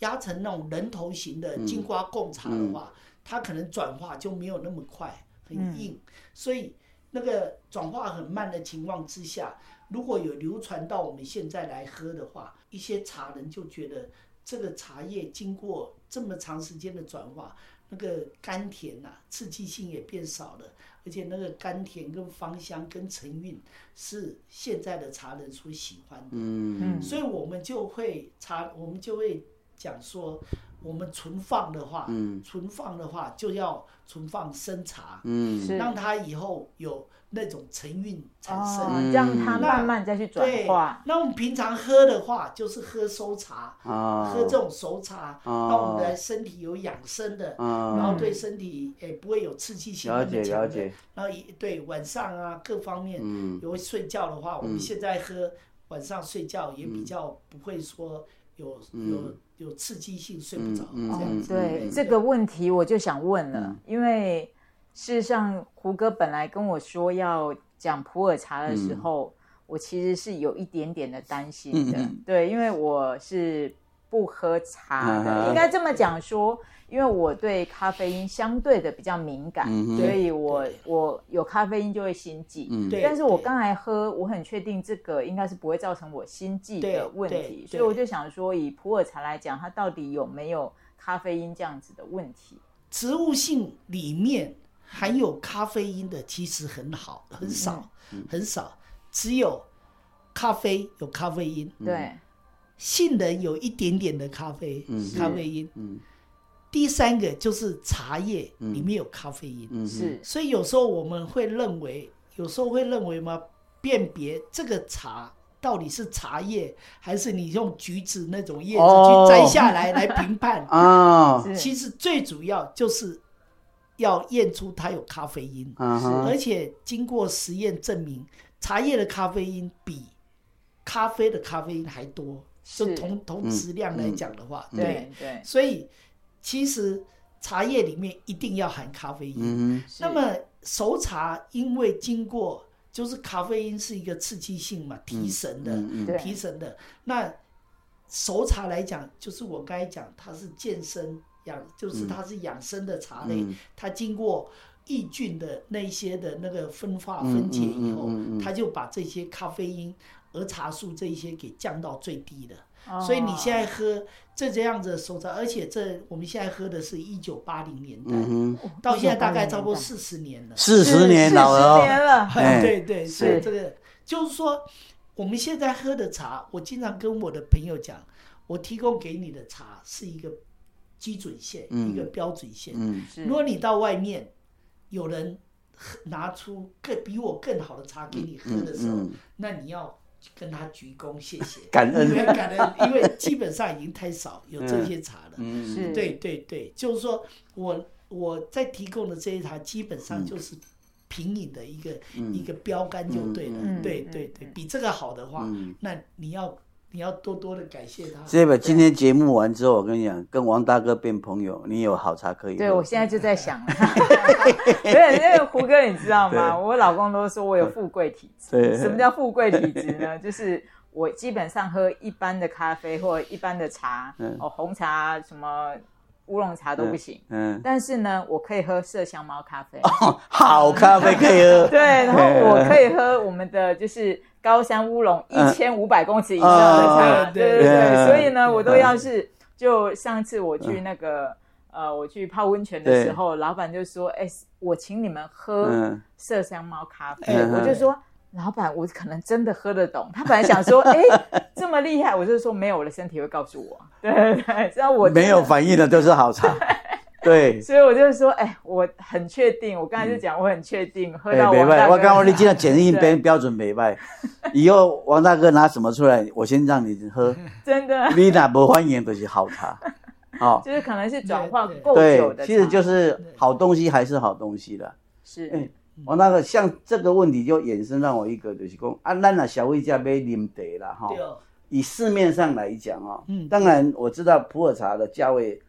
C: 压成那种人头形的金瓜贡茶的话，它可能转化就没有那么快，很硬，所以那个转化很慢的情况之下，如果有流传到我们现在来喝的话，一些茶人就觉得这个茶叶经过这么长时间的转化，那个甘甜呐、啊刺激性也变少了，而且那个甘甜跟芳香跟沉韵是现在的茶人所喜欢的。
A: 嗯
C: 所以我们就会查，我们就会讲说，我们存放的话，
A: 嗯
C: 存放的话就要存放生茶，
A: 嗯
B: 是
C: 让它以后有那种沉韵产生。
B: 哦，让它慢慢再去转
C: 对
B: 化，，
C: 那我们平常喝的话，就是喝熟茶，
B: 哦
A: 啊
C: 喝这种熟茶，
A: 哦
C: 让我们嗯的身体有养生的，然
A: 啊
C: 后对身体也不会有刺激性
A: 了
C: 那
A: 解
C: 么
A: 了
C: 强的。
A: 解，
C: 然后也对晚上啊各方面，
A: 嗯
C: 有睡觉的话，我们现在喝晚上睡觉也比较不会说有有有刺激性睡不着
A: 嗯
C: 这样子。
B: 对这个问题，我就想问了，因为事实上，胡哥本来跟我说要讲普洱茶的时候，我其实是有一点点的担心的，
A: 嗯嗯
B: 对，因为我是不喝茶的，
A: 啊哈
B: 应该这么讲说，因为我对咖啡因相对的比较敏感，
A: 嗯哼
B: 所以我
C: 对
B: 我有咖啡因就会心悸，
A: 嗯
C: 对
B: 但是我刚才喝，我很确定这个应该是不会造成我心悸的问
C: 对对
B: 题，所以我就想说，以普洱茶来讲，它到底有没有咖啡因这样子的问题？
C: 植物性里面含有咖啡因的其实很好，很少，
A: 嗯
C: 很少，只有咖啡有咖啡因，
A: 嗯
B: 对，
C: 杏仁有一点点的咖啡
A: 嗯
C: 咖啡因。
A: 嗯
C: 第三个就是茶叶
A: 嗯
C: 里面有咖啡因，
A: 嗯，
B: 是
C: 所以有时候我们会认为，有时候会认为嘛，辨别这个茶到底是茶叶还是你用橘子那种叶子
A: 哦。
C: 去摘下来来评判
A: 啊，
B: 是
C: 其实最主要就是要验出它有咖啡因，
A: 啊哈
C: 而且经过实验证明，茶叶的咖啡因比咖啡的咖啡因还多。就是同同质量来讲的话，对，
B: 对对，
C: 所以其实茶叶里面一定要含咖啡因。
A: 嗯
B: 是
C: 那么熟茶因为经过就是咖啡因是一个刺激性嘛，提神的，
A: 嗯
B: 对
C: 提神的。那熟茶来讲，就是我刚才讲，它是健身养，就是它是养生的茶类，
A: 嗯
C: 它经过。抑菌的那一些的那个分化
A: 嗯
C: 分解以后，
A: 嗯嗯嗯嗯
C: 它就把这些咖啡因、儿茶素这一些给降到最低的。
B: 哦
C: 所以你现在喝这这样子的熟茶，而且这我们现在喝的是一九八零年代，
A: 嗯哼，
C: 到现在大概差不多四十年了。
A: 四十年老了
B: 四十年
A: 哦，
B: 了，
A: 哎
C: 对对，所以
B: 是
C: 这个就是说，我们现在喝的茶，我经常跟我的朋友讲，我提供给你的茶是一个基准线，
A: 嗯
C: 一个标准线。
A: 嗯
B: 是
C: 如果你到外面有人喝拿出更比我更好的茶给你喝
A: 嗯
C: 的时候，
A: 嗯，
C: 那你要跟他鞠躬谢谢，
A: 感
C: 因为
A: 恩，
C: 感恩，因为基本上已经太少有这些茶了。
A: 嗯
B: 是
C: 对对对，就是说我我在提供的这一台基本上就是平饮的一个、
A: 嗯
C: 一个标杆就对了。
B: 嗯
C: 对
B: 嗯
C: 对
B: 嗯
C: 对，比这个好的话，
A: 嗯
C: 那你要你要多多的感谢他。
A: 这个今天节目完之后，我跟你讲，跟王大哥变朋友，你有好茶可以喝。
B: 对，我现在就 在想了，对，因为胡哥你知道吗？
A: 对
B: 我老公都说我有富贵体
A: 对
B: 质。什么叫富贵体质 呢？就是我基本上喝一般的咖啡或一般的茶，
A: 嗯
B: 哦，红茶什么乌龙茶都不行。
A: 嗯，
B: 但是呢，我可以喝麝香猫咖 啡，
A: 好咖啡可以 喝。
B: 对，然后我可以喝我们的就是高山乌龙一千五百公尺以上的茶，
C: 嗯
B: 对对
C: 对
B: 对
A: 嗯哦对
B: 所以呢，
C: 对
B: 我都要是就上次我去那
A: 嗯
B: 个、呃，我去泡温泉的时候，老板就说：“哎、我请你们喝
A: 嗯
B: 麝香猫咖啡。
A: 嗯
B: 我就说。老板，我可能真的喝得懂。他本来 想说，哎、这么厉害，我就说没有，我的身体会告诉我。 对对对，然后我
A: 没有反应的都是好茶。对，
B: 所以我就说，哎、我很确定，我刚才就讲，我很确定、喝
A: 哎，
B: 到
A: 没
B: 王
A: 办
B: 大
A: 法，我
B: 哥
A: 刚我
B: 的
A: 你今天检疫
B: 对
A: 标标准没办法，以后王大哥拿什么出来，我先让你 喝。
B: 真的
A: 你若不欢迎就是好茶，好，
B: 就是可能是转化够久
A: 对，
B: 的茶，
A: 其实就是好东西还是好东西的。哎
B: 是，
A: 我那个像这个问题就衍生让我一个就是讲，啊，咱那消费者买啉茶啦，哈
C: 对，哦，
A: 以市面上来讲哦，
C: 嗯
A: 当然我知道普洱茶的价位，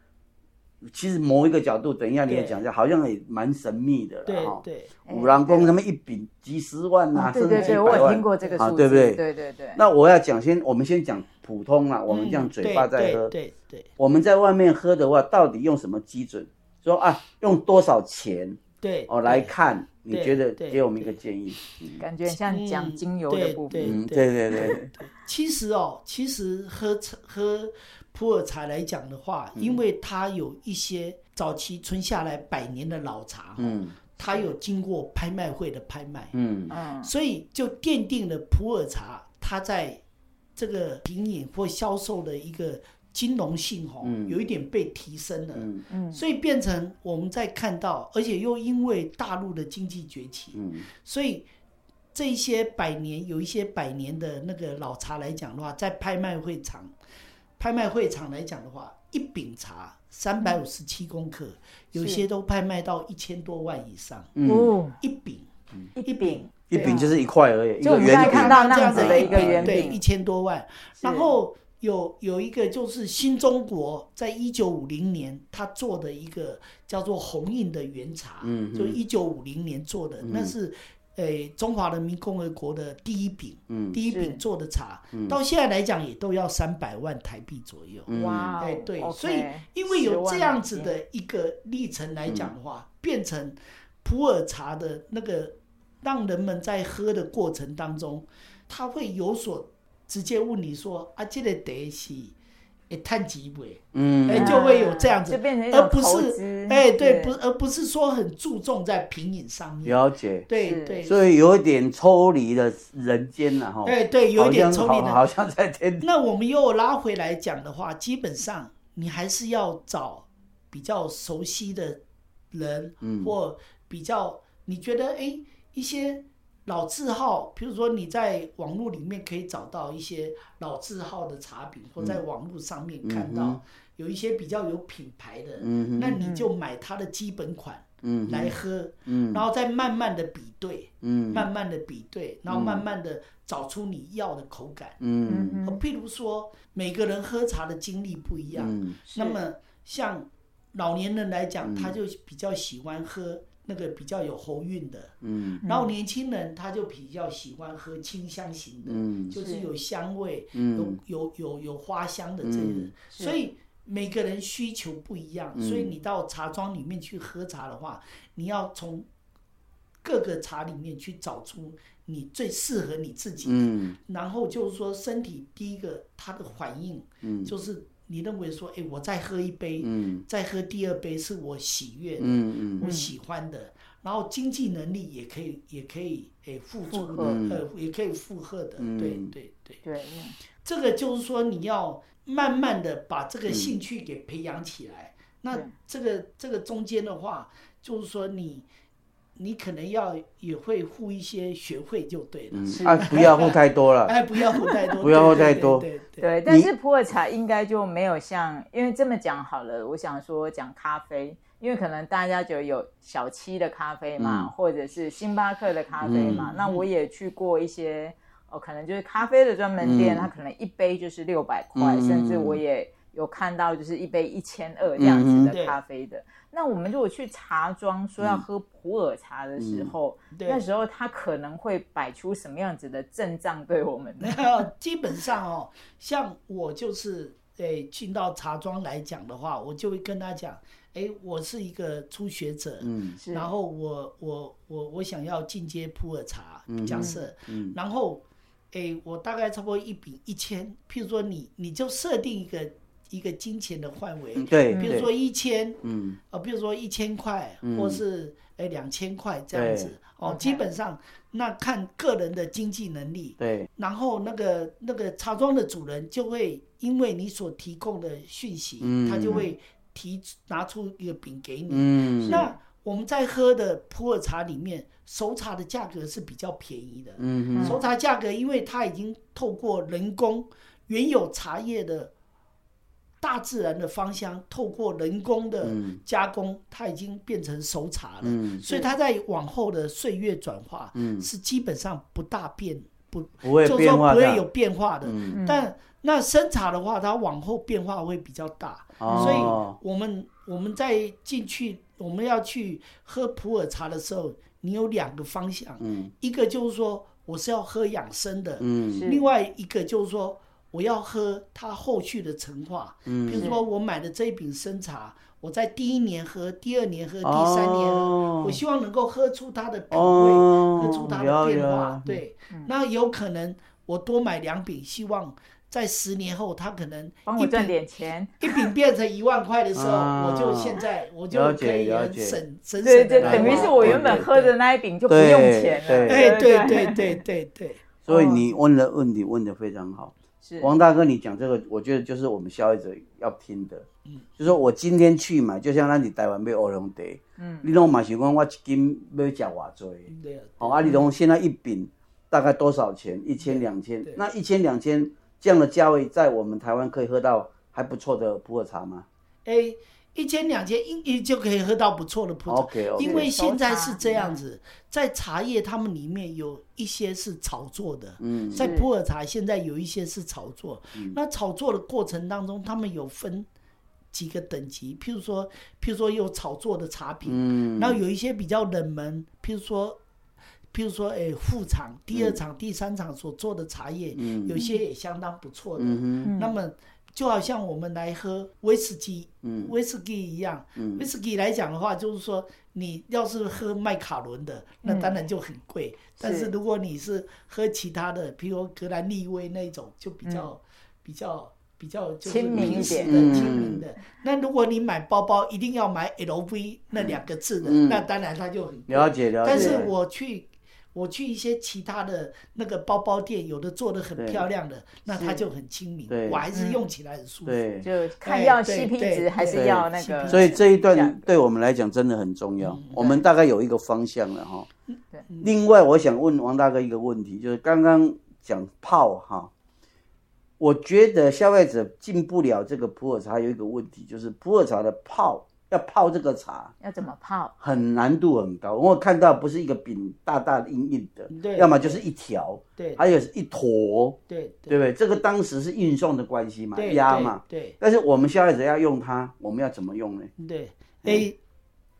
A: 其实某一个角度，等一下你也
C: 对
A: 讲一下，好像也蛮神秘的
C: 对
A: 了哈。
C: 对，
A: 五郎公他们一饼几十万啊，
B: 啊哎对
A: 甚至
B: 对
A: 几
B: 对，
A: 百
B: 我
A: 万，
B: 有听过这个
A: 啊
B: 数字，
A: 对不对？
B: 对对对，
A: 那我要讲先，我们先讲普通啦，我们
C: 嗯
A: 这样嘴巴在喝。
C: 对对对
A: 我们在外面喝的话，到底用什么基准？说啊，用多少钱
C: 对，
A: 哦
C: 对
A: 来看？你
C: 对
A: 觉得
C: 对
A: 给我们一个建议？
B: 感觉很像讲精油的部
C: 对
B: 分，
A: 嗯，对对对，
C: 其实哦，其实喝茶喝普洱茶来讲的话，
A: 嗯
C: 因为它有一些早期存下来百年的老茶，
A: 嗯
C: 它有经过拍卖会的拍卖，
A: 嗯
B: 嗯，
C: 所以就奠定了普洱茶它在这个品饮或销售的一个金融性哦，
A: 嗯
C: 有一点被提升了。
A: 嗯
C: 所以变成我们在看到，而且又因为大陆的经济崛起，
A: 嗯
C: 所以这一些百年有一些百年的那个老茶来讲的话，在拍卖会场，拍卖会场来讲的话，一饼茶三百五十七公克，有些都拍卖到一千多万以上
A: 嗯，
B: 哦，
C: 一饼。
B: 一饼，
A: 一饼就是一块而已，一
B: 就
A: 个
B: 我们
A: 圆
B: 现在看
A: 饼。
B: 到那样子的一个圆
C: 对，
B: 饼
C: 一千多万。
B: 是
C: 然后有有一个就是新中国在一九五零年他做的一个叫做红印的原茶，
A: 嗯
C: 就一九五零年做的，那是诶、中华人民共和国的第一饼，
A: 嗯
C: 第一
B: 是
C: 饼做的茶，到现在来讲也都要三百万台币左右。
A: 嗯
B: 哇哦，
C: 哎，对
B: OK，
C: 所以因为有这样子的一个历程来讲
A: 嗯
C: 的话，变成普洱茶的那个让人们在喝的过程当中，他会有所直接问你说啊，这个茶是会探几尾，
A: 嗯，
C: 哎就会有这样子
B: 就变成一
C: 而
B: 种
C: 不
B: 投
C: 是
B: 资。
C: 哎对不，而不是说很注重在品饮上面。
A: 了解，
C: 对
B: 是
C: 对，
A: 所以有一点抽离了人间了哈，
C: 哎对，有一点抽离
A: 好像
C: 的
A: 好好像在天地，
C: 那我们又拉回来讲的话，基本上你还是要找比较熟悉的人，
A: 嗯
C: 或比较你觉得哎、诶一些老字号，比如说你在网络里面可以找到一些老字号的茶饼，或在网络上面看
A: 嗯
C: 到有一些比较有品牌的，
A: 嗯
C: 那
A: 哼，
C: 你就买它的基本款
A: 嗯哼
C: 来喝，
A: 嗯
C: 然后再慢慢的比对，
A: 嗯
C: 慢慢的比对，然后慢慢的找出你要的口感。
A: 嗯
B: 嗯
C: 呃
B: 哼，
C: 譬如说，每个人喝茶的经历不一样，
A: 嗯
B: 是
C: 那么像老年人来讲，他就比较喜欢喝那个比较有喉韵的，
A: 嗯
C: 然后年轻人他就比较喜欢喝清香型的，
A: 嗯
C: 就是
B: 是
C: 有香味、
A: 嗯
C: 有有有有花香的这个，
A: 嗯
B: 是
C: 所以。每个人需求不一样，
A: 嗯
C: 所以你到茶庄里面去喝茶的话，你要从各个茶里面去找出你最适合你自己的
A: 嗯
C: 然后就是说身体第一个它的反应，
A: 嗯
C: 就是你认为说，哎，我再喝一杯，
A: 嗯
C: 再喝第二杯是我喜悦的，
A: 嗯嗯
C: 我喜欢的，然后经济能力也可以，也可以，哎，付
B: 负
C: 出的，
B: 荷
C: 呃，也可以负荷的，
A: 嗯
C: 对对对，
B: 对，
C: 这个就是说你要慢慢的把这个兴趣给培养起来。那
B: 对
C: 这个这个中间的话，就是说你你可能要也会付一些学费就对了，
A: 嗯， 啊，不要付太多了，
C: 哎，不要喝太 多，
A: 不要喝
C: 对
A: 太多
C: 对对对对
B: 对，但是普洱茶应该就没有像，因为这么讲好了，我想说讲咖啡，因为可能大家就有小七的咖啡嘛，
A: 嗯
B: 或者是星巴克的咖啡嘛。
C: 嗯
B: 那我也去过一些，哦，可能就是咖啡的专门店，
A: 嗯
B: 它可能一杯就是六百块，
A: 嗯
B: 甚至我也有看到就是一杯一千二这样
A: 嗯
B: 子
A: 哼
B: 的咖啡的。那我们如果去茶庄说要喝普洱茶的
A: 嗯
B: 时候，
C: 对
B: 那时候他可能会摆出什么样子的阵仗对我 们呢？
C: 那基本上哦，像我就是诶进到茶庄来讲的话，我就会跟他讲，诶，我是一个初学者，
A: 嗯
B: 是
C: 然后我我我我想要进阶普洱茶，
A: 嗯
C: 假设，
A: 嗯
C: 然后诶，我大概差不多一比一千，譬如说你你就设定一个一个金钱的范围，
A: 嗯，对，
C: 比如
A: 对
C: 说一千，
A: 嗯
C: 呃，比如说一千块，
A: 嗯
C: 或是诶两千块这样子
A: 对，
C: 哦，
B: OK
C: 基本上那看个人的经济能力。
A: 对，
C: 然后那个那个茶庄的主人就会因为你所提供的讯息，
A: 嗯
C: 他就会提拿出一个饼给你。
A: 嗯
C: 那我们在喝的普洱茶里面，熟茶的价格是比较便宜的。
A: 嗯
C: 熟茶价格，因为它已经透过人工原有茶叶的大自然的芳香，透过人工的
A: 嗯
C: 加工，它已经变成熟茶了。
A: 嗯
C: 所以它在往后的岁月转化，
A: 嗯，
C: 是基本上不大变，不
A: 不会
C: 就
A: 变
C: 说不
A: 化
C: 会有
A: 的，
C: 变化的。
A: 嗯，
B: 嗯
C: 但那生茶的话，它往后变化会比较大，所
A: 哦，
C: 以我们我们在进去我们要去喝普洱茶的时候，你有两个方向，
A: 嗯
C: 一个就是说我是要喝养生的，
A: 嗯
C: 另外一个就是说我要喝它后续的陈化。比
A: 嗯，
C: 如说我买的这一饼生茶，我在第一年喝，第二年喝，第三年喝，
A: 嗯哦
C: 我希望能够喝出它的品味。
A: 哦，
C: 喝出它的变化。
A: 了解，
C: 对，
B: 嗯
C: 那有可能我多买两饼，希望在十年后，它可能
B: 帮
C: 一
B: 我赚
C: 饼
B: 点钱。
C: 一饼变成一万块的时候，
A: 啊
C: 我就现在我就
A: 了解
C: 可以
A: 了
C: 很
A: 解
C: 省省省
B: 对
C: 地
B: 对，
C: 来
B: 等于
C: 花
B: 是我原本喝的。那一饼就不用钱了。
C: 对
B: 对
C: 对对对对对，
A: 所以你问的问题问的非常好，
B: 是
C: 嗯
A: 王大哥，你讲这个，我觉得就是我们消费者要听的
C: 嗯。
A: 就说我今天去买，就像咱伫台湾买乌龙茶，
B: 嗯
A: 你拢嘛想讲我一斤要食偌济，
C: 对啊
A: 哦，啊，你拢现在一饼大概多少钱？一千两千
C: 对，
A: 那一千两千这样的价位，在我们台湾可以喝到还不错的普洱茶吗
C: 哎，一千两千一一就可以喝到不错的
B: 哦
C: 普洱。
A: ？OK OK，
C: 因为现在
B: 熟茶
C: 是这样子，在茶叶它们里面有一些是炒作的，
A: 嗯
C: 在普洱茶现在有一些是炒作，那炒作的过程当中，他们有分几个等级，譬如说，譬如说有炒作的茶品，
A: 嗯
C: 然后有一些比较冷门，譬如说，譬如说，哎，副厂、第二厂、第三厂所做的茶叶，
A: 嗯
C: 有些也相当不错的。
A: 嗯
C: 那么就好像我们来喝威士忌，
A: 嗯
C: 威士忌一样，
A: 嗯
C: 威士忌来讲的话，就是说你要是喝麦卡伦的，
A: 嗯
C: 那当然就很贵。但是如果你是喝其他的，比如格兰利威那一种，就比较、比较比较就是
B: 亲民一
C: 平时
B: 点
C: 的、
A: 嗯
C: 亲民的。那如果你买包包一定要买 LV 那两个字的，
A: 嗯
C: 那当然它就很
A: 了解了解。
C: 但是我去我去一些其他的那个包包店，有的做的很
A: 对
C: 漂亮的，那它
B: 是
C: 就很亲民
A: 对，嗯
C: 我还是用起来很舒服。
A: 对，
B: 就看
C: 哎
B: 要
C: 对
B: CP
C: 对
B: 值还是
A: 对
B: 要那
C: 对
B: 个，
A: 所以这一
B: 价
A: 段
B: 格
A: 对我们来讲真的很重要
C: 嗯，
A: 我们大概有一个方向了哈
B: 对。
A: 另外，我想问王大哥一个问题，就是刚刚讲泡哈，我觉得消费者进不了这个普洱茶有一个问题，就是普洱茶的泡要泡这个茶
B: 要怎么泡？
A: 很难度很高，我看到不是一个饼大大硬硬的，
C: 对
A: 要么就是一条，
C: 对
A: 还有是一坨，
C: 对
A: 对不对？这个当时是运送的关系嘛，
C: 对
A: 压嘛。
C: 对
A: 但是我们消费者要用它，我们要怎么用呢？
C: 对对，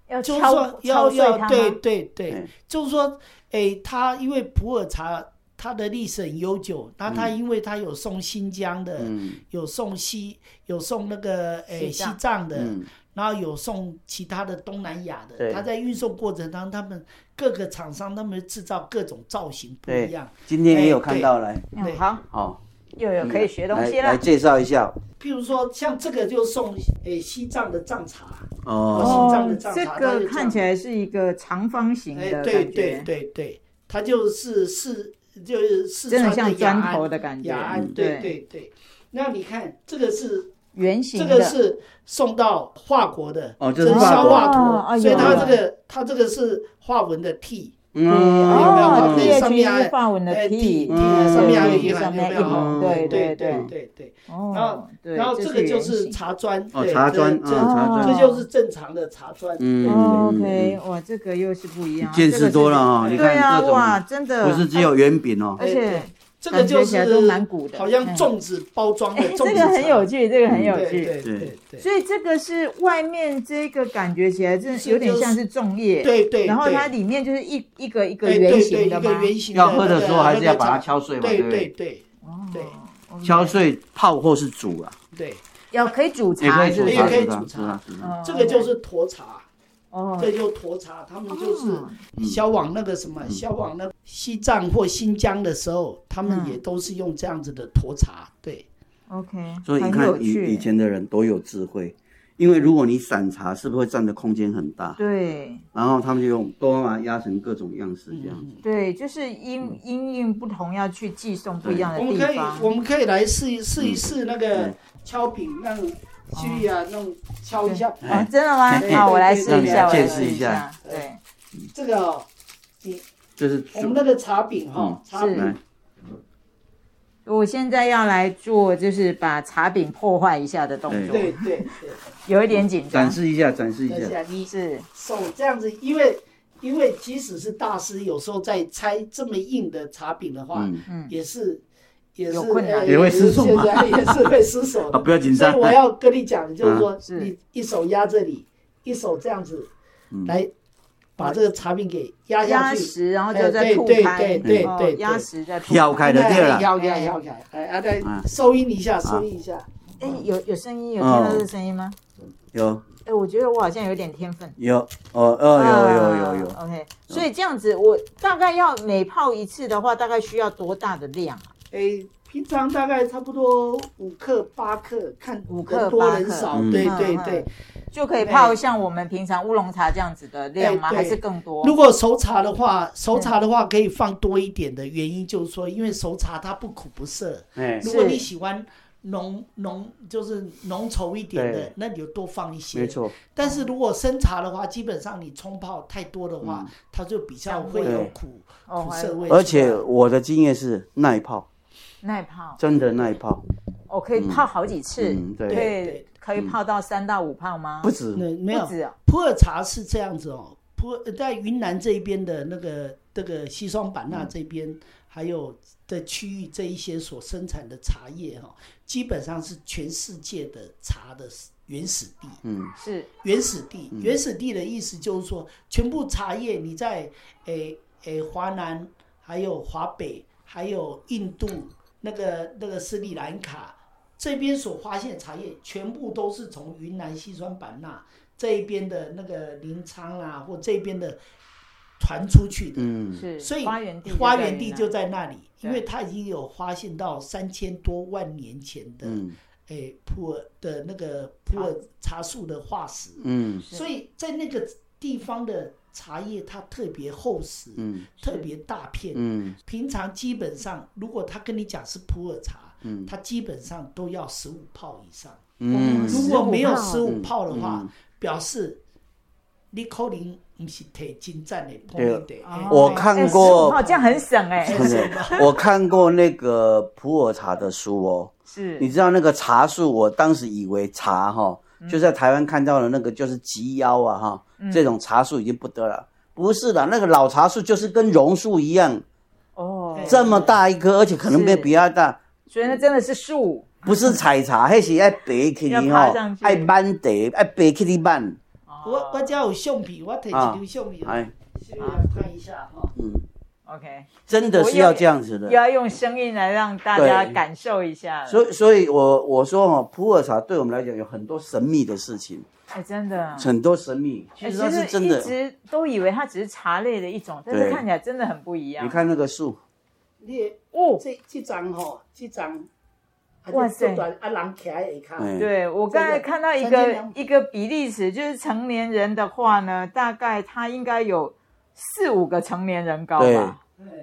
B: 要
C: 哎，就是
B: 哎敲
C: 说
B: 敲
C: 要
B: 碎
C: 要
B: 它
C: 对
B: 吗？
C: 对对
A: 嗯，
C: 就是说，哎，它因为普洱茶它的历史很悠久，那
B: 嗯
C: 它因为它有送新疆的，
A: 嗯
C: 有送西，有送那个哎
B: 西
C: 西
B: 藏
C: 藏的，
A: 嗯。
C: 然后有送其他的东南亚
A: 对
C: 的，它在运送过程当中，他们各个厂商他们制造各种造型不
A: 对
C: 一样。
A: 今天也有看到来，
B: 嗯，
C: 对
B: 好，
A: 好，
B: 又有可以学东
A: 来
B: 西
A: 嗯来
B: 了。
A: 介绍一下
C: 譬如说，像这个就送诶西藏的藏茶，
A: 哦
C: 哦西藏的藏
B: 这
C: 茶它
B: 个
C: 就
B: 看起来是一个长方形
C: 哎
B: 的，感
C: 对
B: 觉，
C: 对对对，它就是四就是四
B: 真的
C: 川
B: 像
C: 雅
B: 砖
C: 安
B: 头的感
C: 雅
B: 觉，嗯
C: 安，对对对。那你看这个是
B: 圆
C: 这
B: 形
C: 个
B: 的，
C: 是送到华国的，
A: 哦这是
C: 这是
A: 法
C: 肖
A: 国
C: 画
B: 哦哎
C: 图，
B: 呦
C: 所以它这个它这个是花纹的 T，
A: 嗯，
C: 有没有
B: 哦
C: 它
A: 嗯
C: 这
B: ，T
C: 上面
B: H
C: 还
B: 是法文的
C: 哎
B: T，
C: T，
A: 嗯
C: 上面还有
A: 对
C: 一
B: 上
C: 行，有
B: 面
C: 没
B: 一
C: 有？
B: 行，
A: 哦
B: 对
C: 对
B: 对，
C: 对对。
B: 哦，对
C: 然后这个就
B: 圆
C: 是
B: 形
C: 茶砖，
A: 哦
C: 对
A: 茶
C: 这
A: 砖，嗯
C: 这
A: 茶砖，
C: 这就是正常的茶砖。
A: 嗯
B: 哦
A: 嗯嗯
B: ，OK，哇，这个又是不一样，
A: 见识多了啊
B: 这
A: 你
B: 个是对
A: 看
B: 啊，
A: 各种
B: 哇，哎真的
A: 不是只有圆饼哦，
B: 而
C: 对
B: 且
C: 对这个就
B: 感觉起来
C: 是
B: 都蛮古的嗯
C: 好像粽子包装的
B: 哎，
C: 粽
B: 这
C: 子
B: 个
C: 茶。
B: 很有趣，这个很
A: 嗯
B: 有
C: 对
B: 趣。
C: 对对对
B: 所以这个是外面这个感觉起来，真的有点像是粽叶，
C: 对对。
B: 然后它
C: 对
B: 里面就是一一个一个
C: 对
B: 圆
C: 对
B: 形的
C: 对一
B: 吗
C: 个？圆形
A: 要喝的时候还是要把
C: 那
A: 它
C: 个
A: 敲碎嘛，
C: 对
A: 对不
C: 对
A: 对？
C: 对
B: 哦
C: 对，
B: OK
A: 敲碎泡或是煮啊，
C: 对，
B: 要可以煮
A: 也
B: 茶，
A: 可以
B: 是
A: 煮
B: 不是
C: 也
A: 茶，
C: 可以
A: 煮茶，
C: 煮
A: 煮
C: 茶
A: 茶，煮茶。
B: 哦
C: 这个就是沱茶，
B: 哦
C: 这就沱茶，他们就是
A: 嗯
C: 销往那个什么，销往那西藏或新疆的时候，他们
B: 嗯
C: 也都是用这样子的沱茶。对，
B: ，OK，
A: 所以你
B: 很有
A: 看以
B: 趣
A: 以前的人多有智慧，因为如果你散茶，是不是会占的空间很大？
B: 对
A: 然后他们就用多把它压成各种样式这样子。
B: 对，就是因因应不同要去寄送不
A: 对
B: 一样的
C: 我
B: 地
C: 们可以
B: 方，
C: 我们可以来试一试一试那个
A: 嗯
C: 敲饼，让
B: 哦
C: 去呀弄敲一下。
B: 啊，真的吗
A: 嘿？嘿
B: 好，我来试
A: 哎让
B: 一
A: 你
B: 下，
A: 来
B: 我
A: 见
B: 来
A: 识
B: 试
A: 一下
B: 下，对，
C: 这个哦，
A: 这是
C: 我们那个茶饼哈，
A: 嗯
C: 茶饼
A: 来，
B: 我现在要来做，就是把茶饼破坏一下的动作，
C: 对对对。
B: 有一点紧张
A: 展，示一下，展示一
C: 等一
A: 下。嗯
C: 下，你
B: 是
C: 手这样子，因为因为即使是大师，有时候在拆这么硬的茶饼的话，
A: 嗯
B: 嗯
C: 也是也是
B: 有困难
C: 呃
A: 也会失手嘛
C: 现在也是会失手
A: 啊，
C: 的。
A: 不要紧
C: 所
A: 张啊
C: 以。我要跟你讲，就是说，
B: 是
C: 你一手压这里，一手这样子
A: 嗯
C: 来把这个茶饼给压
B: 压
C: 下去，
B: 实，然后就
C: 哎
B: 再
C: 对
B: 吐
C: 对
B: 开，
C: 对对
B: 哦
C: 对对
B: 压实再吐
A: 挑
B: 开。
A: 嗯
B: 哎
A: 开就对了。
C: 要要要要，哎，啊，再
A: 嗯
C: 收音一下，收音一下，
B: 哎，有有声音，有听到这个声音吗？
A: 哦有
B: 哎，我觉得我好像有点天分。
A: 有哦哦有有有有，
B: 啊，OK，所以这样子，我大概要每泡一次的话，大概需要多大的量啊？
C: 哎。平常大概差不多五克八克，看
B: 五克
C: 人多
B: 八
C: 人
B: 克
C: 少，
A: 嗯
C: 对
B: 嗯
C: 对
B: 嗯
C: 对。哎
B: 就可以泡像我们平常乌龙茶这样子的量吗？
C: 对对
B: 还是更多？
C: 如果熟茶的话，熟茶的话可以放多一点的原因就是说，因为熟茶它不苦不涩。
A: 哎
C: 如果你喜欢浓浓，就是浓稠一点的
A: 对，
C: 那你就多放一些。
A: 没。错，
C: 但是如果生茶的话，基本上你冲泡太多的话，它就比较会有
A: 嗯对
C: 苦
B: 哦
C: 苦涩味出来。
A: 而且我的经验是耐泡，
B: 耐泡，
A: 真的耐泡，
B: 我哦可以泡好几次，
A: 嗯对嗯
C: 对
B: 对，可以泡到三到五泡吗？
A: 不止
C: 那没有
B: 不止哦
C: 普洱茶是这样子哦，普洱在云南这一边的那个这个西双版纳这边，还有的区域这一些所生产的茶叶哈、哦，基本上是全世界的茶的原始地。
B: 是
C: 原始地，原始地的意思就是说，全部茶叶你在诶诶华南，还有华北，还有印度那个那个斯里兰卡这边所发现的茶叶，全部都是从云南西双版纳这一边的那个临沧啊，或这边的传出去的。
A: 嗯，
B: 是，
C: 所以
B: 花园地
C: 花园地
B: 在
C: 就在那里，
B: 对
C: 因为它已经有发现到三千多万年前的
A: 嗯
C: 诶、哎普洱的那个普洱茶树的化石，
A: 嗯
B: 是
C: 所以在那个地方的茶叶它特别厚实，
A: 嗯
C: 特别大片。
A: 嗯
C: 平常基本上，如果他跟你讲是普洱茶，
A: 嗯
C: 它基本上都要十五泡以上。
A: 嗯
C: 如果没有十
B: 15
C: 五泡的话，
A: 嗯
C: 表示你可能不是提金赞的碰
A: 对
C: 面的。
B: 哦
A: 我看过
B: 哎15号这样很省哎、
A: 真的，我看过那个普洱茶的书哦，
B: 是
A: 你知道那个茶树，我当时以为茶哈，
B: 嗯
A: 就在台湾看到的那个就是及腰啊哈，这种茶树已经不得了。不是的，那个老茶树就是跟榕树一样，
B: 哦，
C: 哎
A: 这么大一棵，而且可能没
B: 是
A: 比它大。
B: 所以那真的是树
A: 不是采 茶，那是爱背起
B: 要
A: 你
B: 爬
A: 吼
B: 上，去
A: 爱扳地，爱背起你扳。
B: 哦啊
C: 我我家有橡皮，我提一
A: 啊
C: 条橡
B: 嗯
C: 皮，
A: 哎，
C: 稍
B: 啊
C: 微看一下哈。
A: 嗯，
B: ，OK，
A: 真的是要这样子的
B: 又。要用声音来让大家
A: 对
B: 感受一下了，
A: 所以，所以我我说哦，普洱茶对我们来讲有很多神秘的事情，
B: 哎、真的。
A: 很多神秘，其
B: 哎
A: 实它是真
B: 一
A: 的。
B: 直都以为它只是茶类的一种，但是
A: 对
B: 看起来真的很不一样。
A: 你看那个树，
C: 你的
B: 哦，
C: 这这张吼，这张，啊
B: 哇塞
C: 这段啊人徛在下骹，
A: 哎，
B: 对我刚才看到一
C: 三千两
B: 个
C: 百
B: 一个比例尺，就是成年人的话呢，大概他应该有四五个成年人高
A: 对
B: 吧？
C: 哎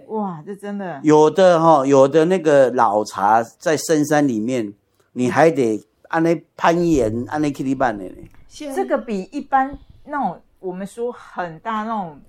B: 哇，这真的
A: 有的哈、有的那个老茶在深山里面，你还得按那攀岩，按那 kitty 办的呢。
C: 现在
B: 这个比一般那种我们说很大那种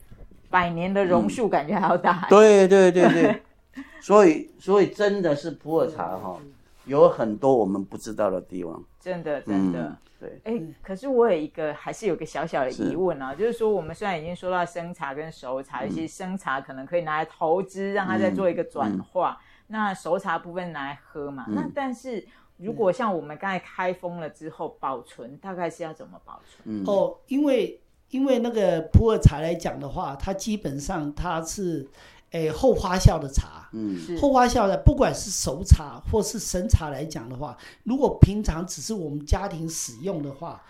B: 百年的榕树感觉还要大。
A: 嗯对对对对， 所以所以真的是普洱茶哈、有很多我们不知道的地方。嗯
B: 真的真的。
A: 对，
B: 哎、可是我有一个还是有个小小的疑问啊，就是说我们虽然已经说到生茶跟熟
A: 嗯
B: 茶，有些生茶可能可以拿来投资，让它再做一个转
A: 嗯
B: 化，那熟茶部分拿来喝嘛。那但是如果像我们刚才开封了之后保存，大概是要怎么保存？
A: 嗯，
C: 哦，因为因为那个普洱茶来讲的话，它基本上它是，诶、后发酵的茶。
A: 嗯
B: 是
C: 后发酵的，不管是熟茶或是生茶来讲的话，如果平常只是我们家庭使用的话，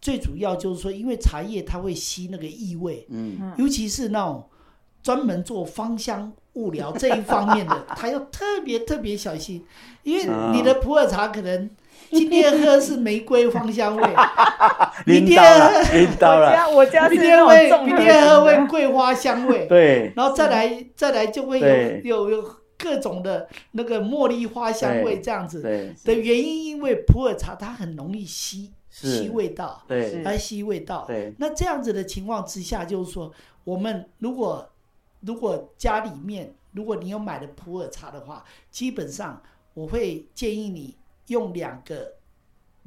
C: 最主要就是说，因为茶叶它会吸那个异味，
A: 嗯
C: 尤其是那种专门做芳香物疗这一方面的， 他要特别特别小心，因
A: 啊
C: 为你的普洱茶可能今天喝是玫瑰芳香味，明
A: 拎
C: 天
A: 到了，拎到
B: 我
A: 了，
B: 家我家是
C: 明天
B: 那
C: 会
B: 种
C: 明
B: 重
C: 天喝
B: 的，
C: 会桂花香味，
A: 对，
C: 然后再来再来就会
A: 对
C: 有有有各种的那个茉莉花香味这样子
A: 对
C: 的原因，因为普洱茶它很容易吸
A: 是
C: 吸味道，
A: 对
C: 它吸味道，
A: 对，
C: 那这样子的情况之下，就是说，我们如果如果家里面如果你有买的普洱茶的话，基本上我会建议你用两个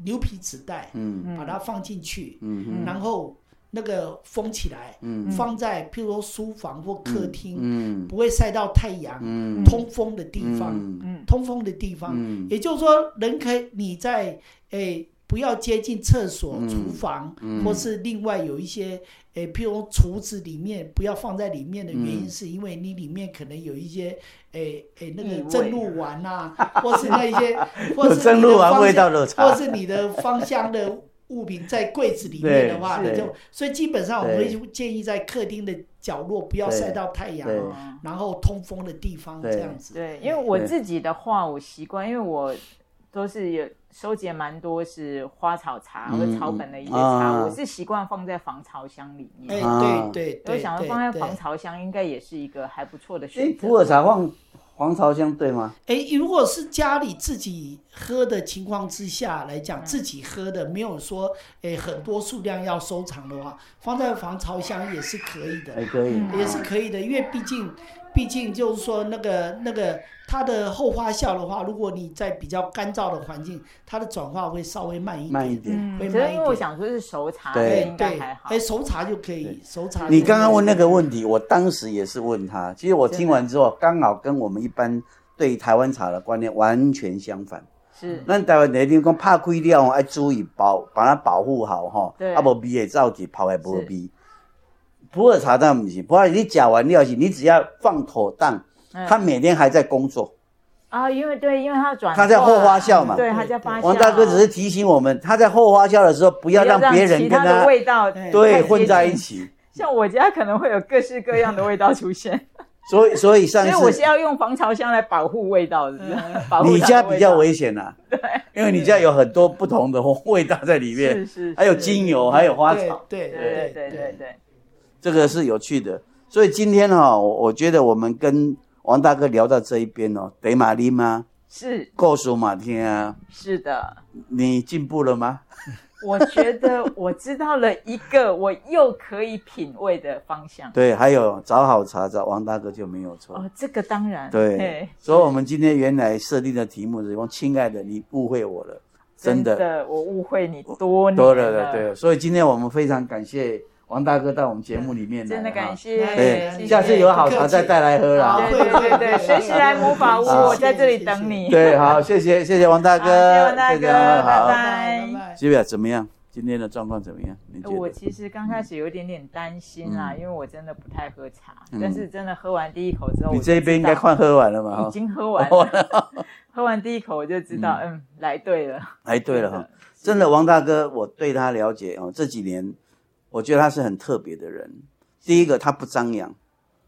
C: 牛皮纸袋
A: 嗯
C: 把它放进去，
A: 嗯
C: 然后那个封起来，
A: 嗯
C: 放在譬如说书房或客厅，
A: 嗯
C: 不会晒到太阳、
A: 嗯
C: 通风的地方，
A: 嗯
B: 嗯，
C: 通风的地方。
A: 嗯
C: 也就是说，人可以你在诶、不要接近厕所、
A: 嗯
C: 厨房，
A: 嗯
C: 或是另外有一些诶、譬如厨子里面不要放在里面的原因，
A: 嗯
C: 是因为你里面可能有一些诶诶、那
B: 异
C: 个
B: 味
C: 正露丸啊，或是那一 些，或
A: 有
C: 是
A: 蒸
C: 你的
A: 鹿丸
C: 芳
A: 味道
C: 香，
A: 的
C: 或
A: 茶，
C: 是你的芳香的。物品在柜子里面的话，
A: 对
C: 你
A: 是
C: 就所以基本上我们
A: 对
C: 会建议在客厅的角落不要
A: 对
C: 晒到太阳
A: 对
C: 哦，然后通风的地方
A: 对
C: 这样子。
B: 对，因为我自己的话，我习惯，因为我都是有收集蛮多是花草茶
A: 嗯
B: 或草本的一些
A: 啊
B: 茶，我是习惯放在防潮箱里
C: 哎、
B: 面。
A: 啊
C: 对对
B: 我
C: 对，
B: 想要
C: 对
B: 放在
C: 对
B: 防潮箱，应该也是一个还不错的
A: 哎
B: 选，择。
A: 普洱茶放黄朝香对吗？
C: 哎，如果是家里自己喝的情况之下来
B: 嗯
C: 讲，自己喝的没有说哎很多数量要收藏的话，放在防潮箱也是可以的
A: 还，可以，
C: 也是可以的，因为毕竟毕竟就是说那个那个它的后发酵的话，如果你在比较干燥的环境，它的转化会稍微慢一
A: 慢一
C: 点。
A: 点。
B: 嗯，
C: 会
B: 可
C: 慢
B: 是
C: 一
B: 因为我
C: 点
B: 想说是熟茶，
A: 对
B: 应该
C: 对，
B: 还好
C: 哎，。熟茶就可以，熟茶就可以。
A: 你刚刚问那个问题，我当时也是问他。其实我听完之后，刚好跟我们一般对台湾茶的观念完全相反。
B: 是
A: 咱台湾人讲拍开了哦，要注意保，把它保护好吼，
B: 对
A: 啊无味会走去，泡的无味。普洱茶当然不是，普洱你讲完料是，你只要放妥当，
C: 哎
B: 嗯
A: 它每天还在工作。
B: 啊，因为对，因为它转
A: 它在后发酵嘛
B: 对，它在发酵。
A: 王大哥只是提醒我们，他在后发酵的时候，不
B: 不
A: 要让别人
B: 其
A: 跟
B: 他的
A: 他
B: 味道
C: 哎
A: 对
B: 太接
A: 混在
B: 近
A: 一起。
B: 像我家可能会有各式各样的味道出现。
A: 所以所以上
B: 所以我是
A: 次
B: 要用防潮箱来保护味道，是不是？保
A: 嗯
B: 护
A: 你
B: 它的
A: 家
B: 味
A: 比较
B: 道
A: 危险呐，因为你家有很多不同的味道在里
B: 是
A: 面，
B: 是，
A: 还有
B: 是
A: 精油，还有花
C: 对
A: 草，
C: 对
B: 对
C: 对
B: 对对对，
A: 这个是有趣的。所以今天哈、我我觉得我们跟王大哥聊到这一边哦，得玛丽吗？
B: 是
A: 告诉马天啊，
B: 是的。
A: 你进步了吗？
B: 我觉得我知道了一个我又可以品味的方向。
A: 对，还有找好茶找王大哥就没有错。
B: 哦，这个当然
A: 对
B: 嘿，
A: 所以我们今天原来设定的题目是说：“亲爱的，你误会我了，真的
B: 我误会你多年
A: 多了了。”对，所以今天我们非常感谢王大哥到我们节目里面来，
B: 真的感
A: 哈。
B: 谢。
C: 对
B: 谢
A: 对，
B: 哎谢
A: 下次有好茶再带来喝
C: 好
A: 啦。
B: 对对对对，随时来魔法屋，
A: 好
B: 我在这里等 你。
A: 对，好，谢谢谢谢王大哥，
B: 好谢谢王大
A: 谢谢
B: 哥
A: 好
B: 拜拜
C: 拜拜。
A: 基表怎么样？今天的状况怎么样？你觉
B: 我
A: 得？
B: 其实刚开始有一点点担心啦，因为我真的不太喝茶，
A: 嗯
B: 但是真的喝完第一口之后，
A: 你
B: 我
A: 这
B: 就
A: 一杯应该
B: 知道
A: 快喝完了嘛？哈
B: 已，经喝完 了，
A: 哦
B: 喝完第一口我就知道，嗯，来对了。
A: 哎，对了
B: 真
A: 哈
B: 的，
A: 真的，王大哥，我对他了解哦，这几年我觉得他是很特别的人。第一个，他不张扬，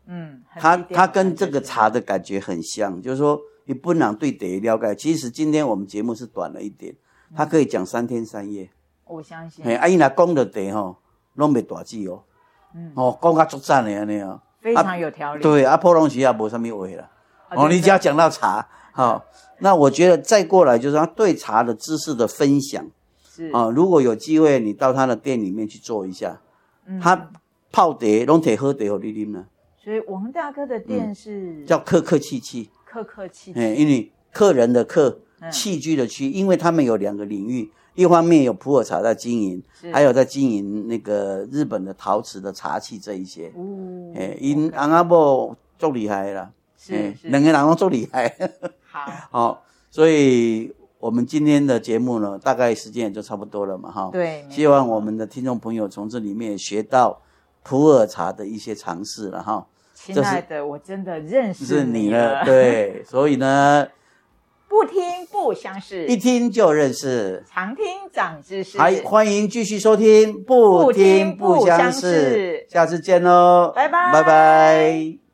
B: 嗯，很
A: 他
B: 低调
A: 他跟这个
B: 很低调
A: 茶的感觉很像，就是说你不能对得了解。其实今天我们节目是短了一点，他可以讲三天三夜。
B: 我相信
A: 嘿，啊，伊若讲着地吼，拢袂大志哦。
B: 嗯
A: 哦，讲甲足赞的安尼哦。
B: 非常有条理。
A: 对，啊，普通时也无啥物话啦。
B: 啊
A: 哦，
B: 对
A: 你只要讲到茶，好、那我觉得再过来就是他对茶的知识的分享
B: 是
A: 啊、如果有机会，你到他的店里面去做一下，
B: 嗯
A: 他泡茶拢得喝茶给你啉啦，
B: 所以王大哥的店是
A: 嗯叫客客气气。
B: 客客气气，
A: 哎，因为客人的客
B: 嗯，
A: 器具的器，因为他们有两个领域，一方面有普洱茶在经营，
B: 是
A: 还有在经营那个日本的陶瓷的茶器这一些。
B: 哦
A: 哎，因昂阿伯足厉害啦，
B: 是是
A: 哎两个人都足厉害。
B: 好，
A: 好，所以我们今天的节目呢，大概时间也就差不多了嘛，哈。。
B: 对，没
A: 希望我们的听众朋友从这里面也学到普洱茶的一些常识了哈，
B: 亲爱的，我真的认识
A: 是你
B: 了
A: 了，，对，所以 呢，
B: 不听不相
A: 一
B: 识，
A: 听就认识。
B: 常听长知识，
A: 还欢迎继续收听，不
B: 不听
A: 听
B: 不
A: 不相
B: 相识
A: 识，下次见喽，
B: 拜拜
A: 拜拜。